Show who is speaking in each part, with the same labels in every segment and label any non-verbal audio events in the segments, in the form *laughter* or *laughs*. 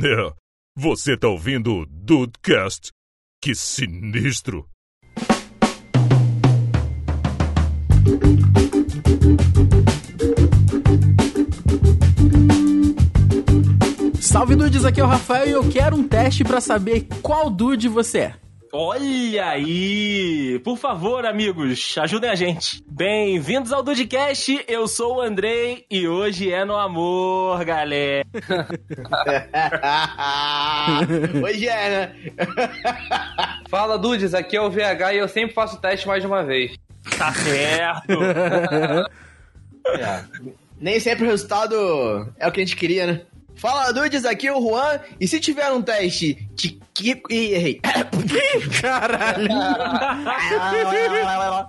Speaker 1: É, você tá ouvindo o Dudecast? Que sinistro!
Speaker 2: Salve dudes, aqui é o Rafael e eu quero um teste pra saber qual dude você é.
Speaker 3: Olha aí! Por favor, amigos, ajudem a gente. Bem-vindos ao Dudcast, eu sou o Andrei e hoje é no amor, galera.
Speaker 4: *laughs* Hoje é, né?
Speaker 5: Fala, Dudes, aqui é o VH e eu sempre faço o teste mais de uma vez.
Speaker 3: Tá certo.
Speaker 4: Nem sempre o resultado é o que a gente queria, né? Fala, dudes, aqui é o Juan. E se tiver um teste de que... Ih, errei.
Speaker 2: *laughs* Caralho!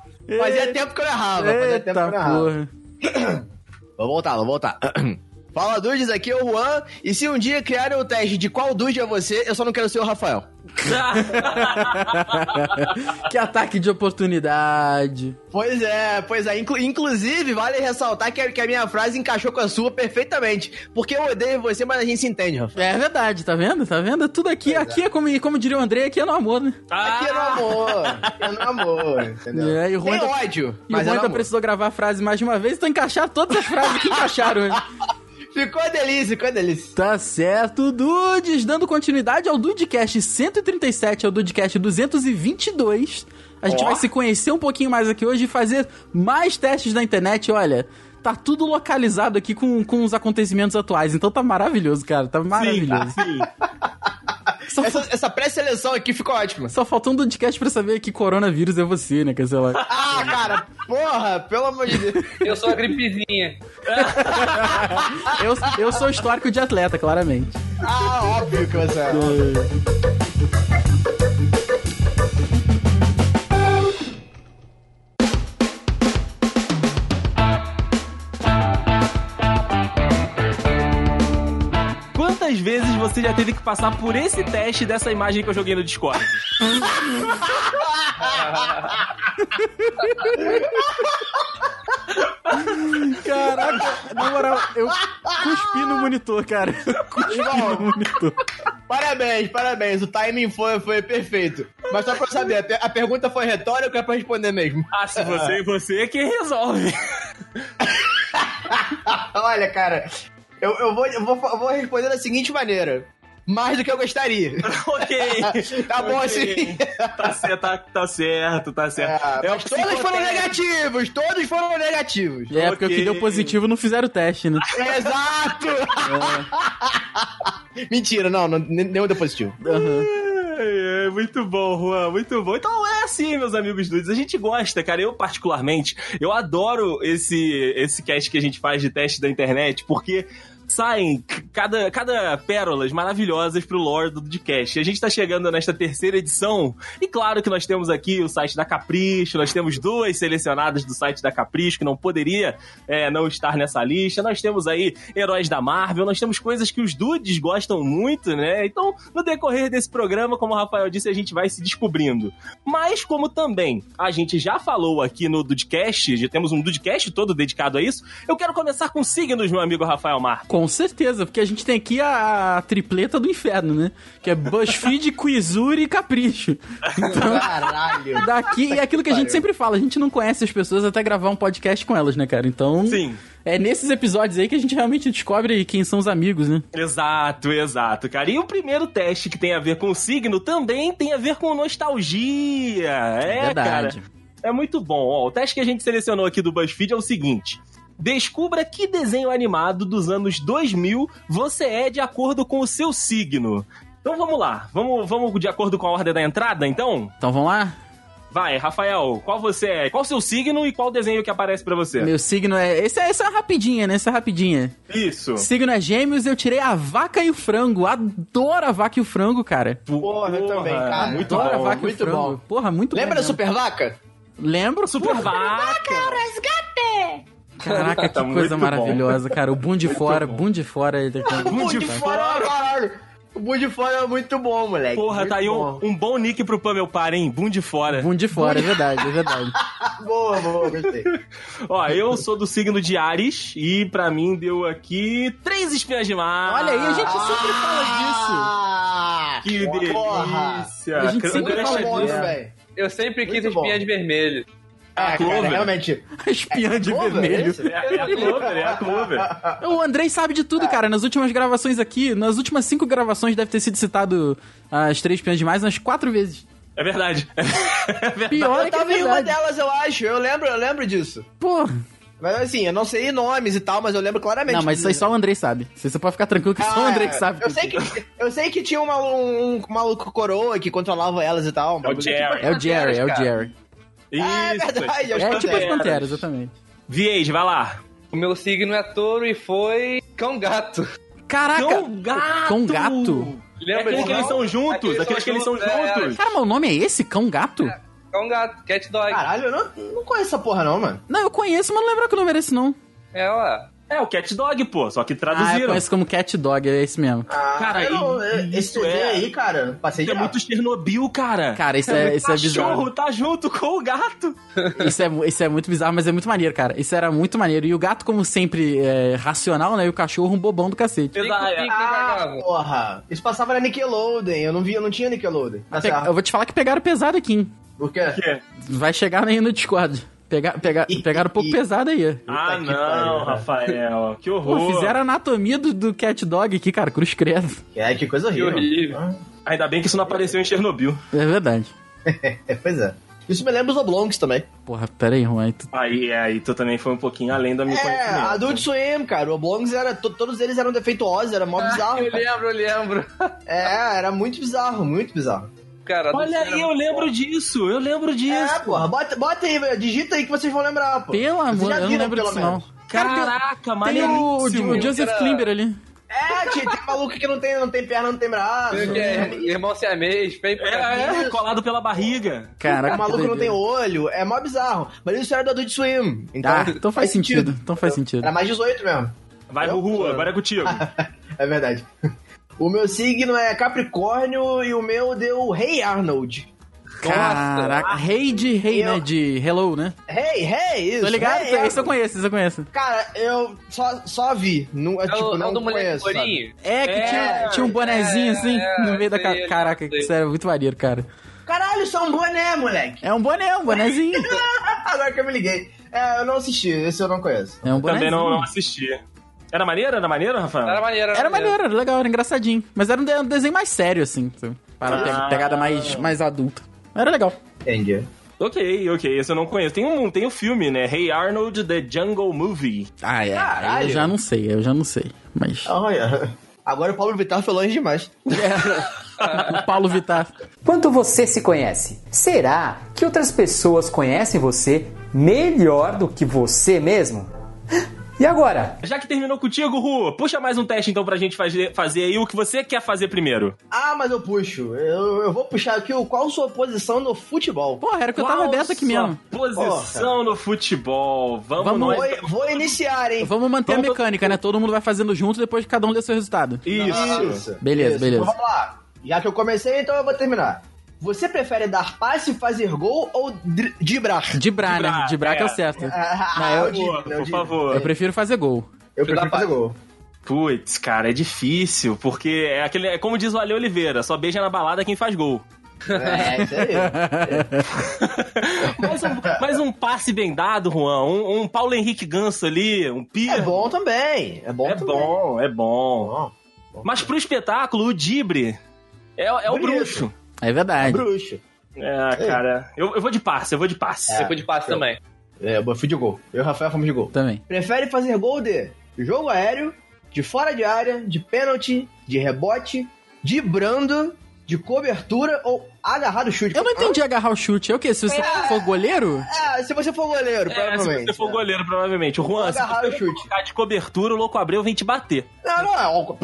Speaker 4: *laughs* Fazia tempo que eu errava, fazia tempo que eu
Speaker 2: Eita
Speaker 4: errava.
Speaker 2: porra.
Speaker 4: Vou voltar, vou voltar. *clears throat* Fala, dudes, aqui é o Juan. E se um dia criarem o teste de qual dude é você, eu só não quero ser o Rafael.
Speaker 2: *laughs* que ataque de oportunidade.
Speaker 4: Pois é, pois é. Inclu- inclusive, vale ressaltar que a, que a minha frase encaixou com a sua perfeitamente. Porque eu odeio você, mas a gente se entende, Rafael.
Speaker 2: É verdade, tá vendo? Tá vendo? Tudo aqui, aqui é como, como diria o André, aqui é no amor, né?
Speaker 3: Tá
Speaker 4: Aqui
Speaker 3: Ah!
Speaker 4: é no amor, aqui é no amor, entendeu?
Speaker 2: É, e o Juan tá
Speaker 4: Tem
Speaker 2: ainda-
Speaker 4: ódio,
Speaker 2: E
Speaker 4: mas
Speaker 2: o
Speaker 4: é no
Speaker 2: Wanda
Speaker 4: amor.
Speaker 2: precisou gravar a frase mais de uma vez, então encaixar todas as frases que encaixaram.
Speaker 4: *laughs*
Speaker 2: né?
Speaker 4: Ficou uma delícia, ficou uma delícia.
Speaker 2: Tá certo, Dudes! Dando continuidade ao Dudecast 137, ao Dudecast 222. A gente vai se conhecer um pouquinho mais aqui hoje e fazer mais testes na internet. Olha, tá tudo localizado aqui com, com os acontecimentos atuais. Então tá maravilhoso, cara. Tá
Speaker 3: *laughs*
Speaker 2: maravilhoso. Só, fa-
Speaker 4: Essa, essa pré-seleção aqui ficou ótima.
Speaker 2: só faltou um Dudecast pra saber que coronavírus é você, né? Quer dizer lá.
Speaker 4: Ah, cara, porra, pelo amor de Deus.
Speaker 5: Eu sou a gripezinha.
Speaker 2: Eu, eu sou histórico de atleta, claramente.
Speaker 4: Ah, óbvio que você é.
Speaker 3: Quantas vezes você já teve que passar por esse teste dessa imagem que eu joguei no Discord?
Speaker 2: Caraca, na moral, eu cuspi no monitor, cara. Cuspi no monitor.
Speaker 4: Parabéns, parabéns. O timing foi, foi perfeito. Mas só pra eu saber, a, per- a pergunta foi retórica ou é pra responder mesmo?
Speaker 3: Ah, se você você é quem resolve.
Speaker 4: *laughs* Olha, cara, eu, eu, vou, eu, vou, eu vou responder da seguinte maneira. Mais do que eu gostaria.
Speaker 3: *laughs* ok.
Speaker 4: Tá bom
Speaker 3: Ok.
Speaker 4: assim.
Speaker 3: Tá, cer- tá, tá certo, tá certo.
Speaker 4: É,
Speaker 3: É o
Speaker 4: mas todos foram
Speaker 3: psicotécnico.
Speaker 4: negativos, todos foram negativos.
Speaker 2: É, porque o que
Speaker 3: Ok.
Speaker 2: deu positivo não fizeram o teste, né?
Speaker 4: Exato! *laughs* Mentira, não, não nem- nenhum deu positivo.
Speaker 3: É, é, muito bom, Juan, muito bom. Então é assim, meus amigos dudes. A gente gosta, cara. Eu, particularmente, eu adoro esse, esse cast que a gente faz de teste da internet, porque. Saem c- cada, cada pérolas maravilhosas pro lore do podcast. A gente tá chegando nesta terceira edição, e claro que nós temos aqui o site da Capricho, nós temos duas selecionadas do site da Capricho, que não poderia é, não estar nessa lista. Nós temos aí heróis da Marvel, nós temos coisas que os dudes gostam muito, né? Então, no decorrer desse programa, como o Rafael disse, a gente vai se descobrindo. Mas, como também a gente já falou aqui no Dudcast, já temos um Dudcast todo dedicado a isso, eu quero começar com signos, meu amigo Rafael Mar.
Speaker 2: Com certeza, porque a gente tem aqui a, a tripleta do inferno, né? Que é BuzzFeed, *laughs* Quizura e Capricho. Então,
Speaker 4: Caralho.
Speaker 2: daqui é aquilo que a gente
Speaker 4: Pariu.
Speaker 2: sempre fala, a gente não conhece as pessoas até gravar um podcast com elas, né, cara? Então,
Speaker 3: Sim.
Speaker 2: é nesses episódios aí que a gente realmente descobre quem são os amigos, né?
Speaker 3: Exato, exato, cara. E o primeiro teste que tem a ver com o signo também tem a ver com nostalgia. É,
Speaker 2: Verdade.
Speaker 3: cara. É muito bom. Ó, o teste que a gente selecionou aqui do BuzzFeed é o seguinte. Descubra que desenho animado dos anos 2000 você é de acordo com o seu signo. Então vamos lá. Vamos, vamos de acordo com a ordem da entrada, então?
Speaker 2: Então vamos lá?
Speaker 3: Vai, Rafael, qual você é? Qual o seu signo e qual desenho que aparece pra você?
Speaker 2: Meu signo é. Esse, é- esse é uma rapidinha, né? Essa é rapidinha.
Speaker 3: Isso.
Speaker 2: Signo é gêmeos, eu tirei a vaca e o frango. Adoro a vaca e o frango, cara.
Speaker 4: Porra, eu também, cara.
Speaker 3: Muito
Speaker 2: Adoro a
Speaker 3: bom.
Speaker 2: vaca e
Speaker 4: muito
Speaker 2: o frango.
Speaker 4: bom.
Speaker 2: Porra, muito
Speaker 4: Lembra
Speaker 2: bom.
Speaker 4: da Super Vaca?
Speaker 2: Lembro,
Speaker 3: Super
Speaker 2: porra.
Speaker 3: vaca.
Speaker 2: Caraca, que
Speaker 3: Tá muito
Speaker 2: coisa
Speaker 3: bom.
Speaker 4: *laughs*
Speaker 2: maravilhosa, cara. O boom de fora, boom de fora. ele tá-
Speaker 4: Pô, de fora, caralho. é O Bud Fora é muito bom, moleque.
Speaker 3: Porra,
Speaker 4: muito
Speaker 3: tá aí um,
Speaker 4: bom.
Speaker 3: um bom nick pro Pamel Par, hein? Bum de fora.
Speaker 2: Bum de fora, é verdade, é verdade.
Speaker 4: Boa, boa, gostei.
Speaker 3: Ó, eu sou do signo de Ares e pra mim deu aqui três espinhas de mar.
Speaker 2: Olha aí, a gente sempre *laughs* fala disso.
Speaker 4: Ah,
Speaker 3: Que
Speaker 4: porra.
Speaker 3: delícia.
Speaker 2: A gente
Speaker 3: Cro-
Speaker 2: sempre
Speaker 4: Muito
Speaker 3: Crush
Speaker 2: fala
Speaker 4: famoso,
Speaker 3: disso. É,
Speaker 2: disso.
Speaker 4: velho.
Speaker 5: Eu sempre quis
Speaker 4: Muito bom.
Speaker 5: espinhas vermelhas.
Speaker 4: Ah, cara,
Speaker 3: Clover.
Speaker 4: realmente.
Speaker 2: Espiã de
Speaker 4: Clover,
Speaker 2: vermelho.
Speaker 4: esse?
Speaker 3: É é a Clover, é a Clover.
Speaker 2: O Andrei sabe de tudo, cara. Nas últimas gravações aqui, nas últimas cinco gravações deve ter sido citado ah, as três pinhas demais umas quatro vezes.
Speaker 3: É verdade. É verdade.
Speaker 2: Pior
Speaker 4: Eu
Speaker 2: é que é
Speaker 4: tava em uma
Speaker 2: verdade.
Speaker 4: delas, eu acho. Eu lembro, eu lembro disso.
Speaker 2: Pô.
Speaker 4: Mas assim, eu não sei nomes e tal, mas eu lembro claramente.
Speaker 2: Não, mas isso aí só o Andrei sabe. Você só pode ficar tranquilo que só o
Speaker 4: Ah,
Speaker 2: Andrei que
Speaker 4: é.
Speaker 2: sabe.
Speaker 4: Eu sei que, eu sei que tinha um, malu- um maluco coroa que controlava elas e tal. um
Speaker 3: É o Jerry.
Speaker 2: É o Jerry, é o Jerry.
Speaker 3: Isso.
Speaker 4: Ah, é verdade,
Speaker 3: aí.
Speaker 4: Os
Speaker 2: É tipo as
Speaker 4: Panteras.
Speaker 2: Panteras, exatamente.
Speaker 3: Viege, vai lá.
Speaker 5: O meu signo é touro e foi cão gato.
Speaker 2: Caraca!
Speaker 3: Cão gato.
Speaker 2: Cão gato?
Speaker 5: Lembra
Speaker 3: É aqueles
Speaker 5: disso,
Speaker 3: que eles
Speaker 5: não?
Speaker 3: são juntos, aqueles que eles são
Speaker 5: é,
Speaker 3: juntos.
Speaker 2: Cara, mas o nome é esse? Cão gato?
Speaker 5: é, cão gato, cat dog.
Speaker 4: tipo, Caralho, eu não, não conheço essa porra não, mano.
Speaker 2: Não, eu conheço, mas não lembro que o nome era esse, não.
Speaker 5: É, ó.
Speaker 3: É o Cat Dog, pô, só que
Speaker 2: Ah, eu
Speaker 3: traduziram.
Speaker 2: conheço como Cat Dog, é esse mesmo.
Speaker 3: Cara,
Speaker 4: eu não-
Speaker 3: e-
Speaker 4: esse
Speaker 3: isso
Speaker 4: TV
Speaker 3: Ah, é-
Speaker 4: aí, cara, passei de
Speaker 3: Tem muito Chernobyl, cara.
Speaker 2: Cara, isso é, isso é bizarro.
Speaker 3: cachorro tá junto com o gato.
Speaker 2: Isso é, mu- isso é muito bizarro, mas é muito maneiro, cara. Isso era muito maneiro. E o gato, como sempre, é racional, né? E o cachorro, um bobão do cacete.
Speaker 5: Pico,
Speaker 3: Exato.
Speaker 5: pico,
Speaker 3: né,
Speaker 4: Ah,
Speaker 5: cagava.
Speaker 4: porra. Isso passava na Nickelodeon, eu não vi, eu não tinha Nickelodeon. Tá
Speaker 2: Pe- Eu
Speaker 4: certo.
Speaker 2: vou te falar que pegaram pesado aqui, hein?
Speaker 4: Por quê?
Speaker 2: Vai chegar aí no Discord. Pega, pega, pegaram um pouco pesado aí.
Speaker 3: Ah,
Speaker 4: que
Speaker 3: não,
Speaker 4: pariu,
Speaker 3: Rafael. Que
Speaker 2: Pô,
Speaker 3: horror.
Speaker 2: fizeram a anatomia do, do Cat Dog aqui, cara. Cruz credo.
Speaker 4: É, que coisa
Speaker 5: Que
Speaker 4: horrível.
Speaker 5: horrível.
Speaker 3: Ainda bem que isso não apareceu em Chernobyl.
Speaker 2: É verdade.
Speaker 4: *laughs* É, pois é. Isso me lembra os Oblongs também.
Speaker 2: Porra, pera aí, Juan. aí tu-
Speaker 3: Aí, aí tu também foi um pouquinho além da minha
Speaker 4: É,
Speaker 3: conhecimento.
Speaker 4: Adult Swim, cara. O Oblongs era. to- Todos eles eram defeituosos, era mó bizarro.
Speaker 5: Ah, Eu
Speaker 4: cara.
Speaker 5: lembro, eu lembro.
Speaker 4: É, era muito bizarro, muito bizarro.
Speaker 5: Cara,
Speaker 3: Olha aí, eu lembro disso, eu lembro
Speaker 4: É,
Speaker 3: disso.
Speaker 4: porra, bota, bota aí, velho. digita aí que vocês vão lembrar, pô.
Speaker 2: Pelo
Speaker 4: Vocês
Speaker 2: amor,
Speaker 4: já
Speaker 2: eu não
Speaker 4: viram,
Speaker 2: lembro
Speaker 4: pelo
Speaker 2: disso, não.
Speaker 4: menos.
Speaker 2: Cara,
Speaker 3: Caraca,
Speaker 2: tem, tem o,
Speaker 3: maneiríssimo.
Speaker 2: o Joseph
Speaker 5: Era-
Speaker 2: Klimber ali.
Speaker 4: É, tio, tem maluco que não tem, não tem perna, não tem braço.
Speaker 5: É, irmão siamês, bem pra cá.
Speaker 3: É,
Speaker 2: um-
Speaker 3: é, colado pela barriga.
Speaker 2: Caraca,
Speaker 4: O maluco
Speaker 2: que
Speaker 4: não tem
Speaker 2: doideira.
Speaker 4: olho, é mó bizarro. Mas isso era do Adult Swim. Então,
Speaker 2: Ah, então faz sentido. Então faz sentido.
Speaker 4: Era mais 18 mesmo.
Speaker 3: Vai,
Speaker 4: Eu-
Speaker 3: Ruhu, agora
Speaker 2: *laughs*
Speaker 3: é contigo.
Speaker 4: É verdade. O meu signo é Capricórnio e o meu deu Hey Arnold.
Speaker 2: Caraca, rei de rei,
Speaker 4: Eu-
Speaker 2: né? De hello, né?
Speaker 4: Hey, hey, isso.
Speaker 2: Tô ligado?
Speaker 4: Hey,
Speaker 2: Isso esse eu
Speaker 4: Arnold.
Speaker 2: conheço, esse eu conheço.
Speaker 4: Cara, eu só, só vi. Não, é,
Speaker 5: É
Speaker 4: tipo,
Speaker 5: o, é
Speaker 4: não
Speaker 5: o do moleque
Speaker 4: conheço, sabe?
Speaker 5: Corinho.
Speaker 2: É, que
Speaker 5: É,
Speaker 2: tinha, tinha um bonezinho
Speaker 5: é,
Speaker 2: assim
Speaker 5: é,
Speaker 2: no meio da
Speaker 5: sei,
Speaker 2: cara.
Speaker 5: eu
Speaker 2: Caraca,
Speaker 5: sei.
Speaker 2: isso era muito maneiro, cara.
Speaker 4: Caralho, isso é um boné, moleque. *laughs*
Speaker 2: É um boné, um *laughs* bonezinho.
Speaker 4: Agora que eu me liguei. É, eu não assisti, esse eu não conheço.
Speaker 2: É um bonezinho.
Speaker 3: Também não, não assisti. Era maneiro? Era maneiro, Rafael?
Speaker 5: Era maneiro,
Speaker 2: Era maneiro, era legal, era engraçadinho. Mas era um de- um desenho mais sério, assim. sabe? Para pe-
Speaker 3: Ah.
Speaker 2: pegada mais, mais adulta. Era legal.
Speaker 4: Entendi.
Speaker 3: Ok, ok, esse eu não conheço. Tem um, tem um filme, né? Hey Arnold, The Jungle Movie.
Speaker 2: Ah, é.
Speaker 4: Caralho.
Speaker 2: Eu já não sei, eu já não sei.
Speaker 4: *laughs*
Speaker 2: Mas.
Speaker 4: Olha. Agora o Paulo Vittar foi longe demais.
Speaker 2: *laughs* o Paulo Vittar.
Speaker 6: Quanto você se conhece? Será que outras pessoas conhecem você melhor do que você mesmo? E agora?
Speaker 3: Já que terminou contigo, Ru, puxa mais um teste então pra gente fazer, fazer aí o que você quer fazer primeiro.
Speaker 4: Ah, mas eu puxo. Eu, eu vou puxar aqui o qual sua posição no futebol.
Speaker 2: Porra, era É que eu tava
Speaker 3: Qual
Speaker 2: aberto aqui
Speaker 3: sua
Speaker 2: mesmo.
Speaker 3: Posição no futebol. Vamos,
Speaker 2: Vamos,
Speaker 3: nós.
Speaker 4: Vou, vou iniciar, hein?
Speaker 2: Vamos manter
Speaker 3: Vamos
Speaker 2: a
Speaker 3: todo-
Speaker 2: mecânica, né? Todo mundo vai fazendo junto depois que cada um lê seu resultado.
Speaker 3: Isso.
Speaker 2: Beleza, beleza.
Speaker 4: Então vamos lá. Já que eu comecei, então eu vou terminar. Você prefere dar passe, fazer gol ou dri- driblar?
Speaker 2: Dibrar, né?
Speaker 3: Dibrar,
Speaker 2: Dibrar que é o
Speaker 3: é.
Speaker 2: certo.
Speaker 4: *laughs* Ah,
Speaker 2: eu-
Speaker 4: eu digo,
Speaker 3: Por,
Speaker 4: eu
Speaker 3: por
Speaker 4: digo.
Speaker 3: favor.
Speaker 2: Eu prefiro fazer gol.
Speaker 4: Eu prefiro fazer
Speaker 2: *laughs*
Speaker 4: gol.
Speaker 3: Putz, cara, é difícil, porque é aquele. É como diz o Ale Oliveira, só beija na balada quem faz
Speaker 4: *laughs*
Speaker 3: gol.
Speaker 4: É, isso aí.
Speaker 3: mais, um, mais um passe bem dado, Juan. Um, um Paulo Henrique Ganso ali, um Pia.
Speaker 4: É bom também. É bom
Speaker 3: é
Speaker 4: também.
Speaker 3: bom, é bom.
Speaker 4: Bom.
Speaker 3: Mas pro espetáculo, o Dibre é, é o
Speaker 4: Bonito.
Speaker 3: bruxo.
Speaker 2: É verdade.
Speaker 4: Bruxo.
Speaker 3: É, cara. Eu, eu vou de passe, eu vou de passe.
Speaker 5: Eu fui de passe também.
Speaker 4: É, eu fui de gol. Eu e o Rafael fomos de gol.
Speaker 2: Também.
Speaker 4: Prefere fazer gol de jogo aéreo, de fora de área, de pênalti, de rebote, de brando, de cobertura ou agarrado chute?
Speaker 2: Eu não entendi agarrar o chute. É o quê? Se você for goleiro?
Speaker 4: Ah, se você for goleiro,
Speaker 3: É, se
Speaker 4: provavelmente.
Speaker 3: você for goleiro, provavelmente. O Juan, se
Speaker 4: agarrar o
Speaker 3: você
Speaker 4: chute.
Speaker 3: ficar de cobertura, o Louco Abreu vem te bater.
Speaker 4: Não, não, é ó-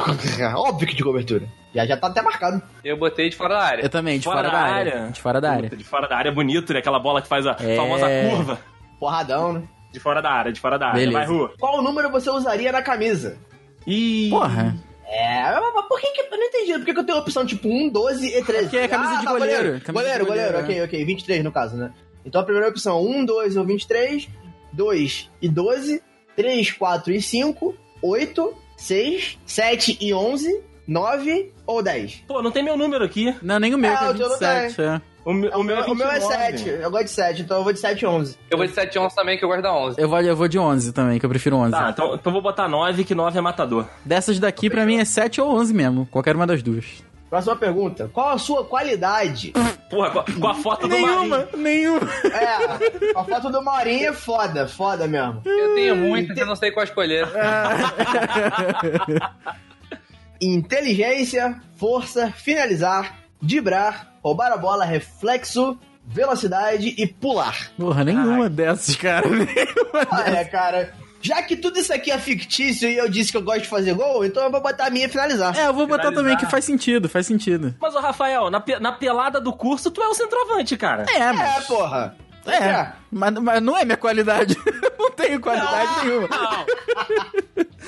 Speaker 4: óbvio *laughs* que de cobertura. Já, já tá até marcado.
Speaker 5: Eu botei de fora da área.
Speaker 2: Eu também, de fora, da área. De fora da área.
Speaker 3: Puta, De fora da área é bonito, né? Aquela bola que faz a
Speaker 2: É.
Speaker 3: famosa curva.
Speaker 4: Porradão, né?
Speaker 3: De fora da área, de fora da área.
Speaker 2: Beleza.
Speaker 3: Vai, Ru.
Speaker 4: Qual número você usaria na camisa?
Speaker 3: E...
Speaker 2: Porra.
Speaker 4: É, mas mas por que que. Eu não entendi. Por que, que eu tenho a opção tipo 1, 12 e 13?
Speaker 2: Porque é camisa de goleiro. Camisa de
Speaker 4: goleiro, goleiro,
Speaker 2: goleiro, é.
Speaker 4: ok, ok. 23 no caso, né? Então a primeira opção, 1, 12 ou 23, 2 e 12, 3, 4 e 5, 8, 6, 7 e 11, 9 ou 10.
Speaker 3: Pô, não tem meu número aqui.
Speaker 2: Não, nem o meu,
Speaker 4: Ah,
Speaker 2: que é
Speaker 4: o teu não tem.
Speaker 2: 27. É.
Speaker 3: O, me- o meu é
Speaker 4: o meu é
Speaker 3: 29.
Speaker 4: 7. Eu gosto de 7, então eu vou de 7 e 11.
Speaker 5: Eu vou de 7 e 11 também, que eu gosto da 11.
Speaker 2: Eu, vou, eu vou de 11 também, que eu prefiro 11.
Speaker 3: Tá, então, então vou botar 9, que 9 é matador.
Speaker 2: Dessas daqui, pra mim, é 7 ou 11 mesmo. Qualquer uma das duas.
Speaker 4: Próxima pergunta. Qual a sua qualidade?
Speaker 3: Porra, com a, com a foto do Marinho.
Speaker 2: nenhuma.
Speaker 4: é, a foto do Maurinho é foda, foda mesmo.
Speaker 5: Eu tenho
Speaker 3: Hum.
Speaker 5: muitas, eu não sei qual escolher.
Speaker 3: É.
Speaker 4: Inteligência, força, finalizar, dibrar, roubar a bola, reflexo, velocidade e pular.
Speaker 2: Porra, nenhuma dessas, cara. *laughs* Nenhuma
Speaker 4: Olha, cara, já que tudo isso aqui é fictício e eu disse que eu gosto de fazer gol, então eu vou botar a minha e finalizar.
Speaker 2: É, eu vou botar
Speaker 3: Finalizar.
Speaker 2: também que faz sentido, faz sentido.
Speaker 3: Mas, ô Rafael, na, pe- na pelada do curso, tu é o centroavante, cara.
Speaker 2: É,
Speaker 4: É,
Speaker 2: mas...
Speaker 4: porra.
Speaker 2: É, Mas, mas não é minha qualidade. *laughs* não tenho qualidade nenhuma.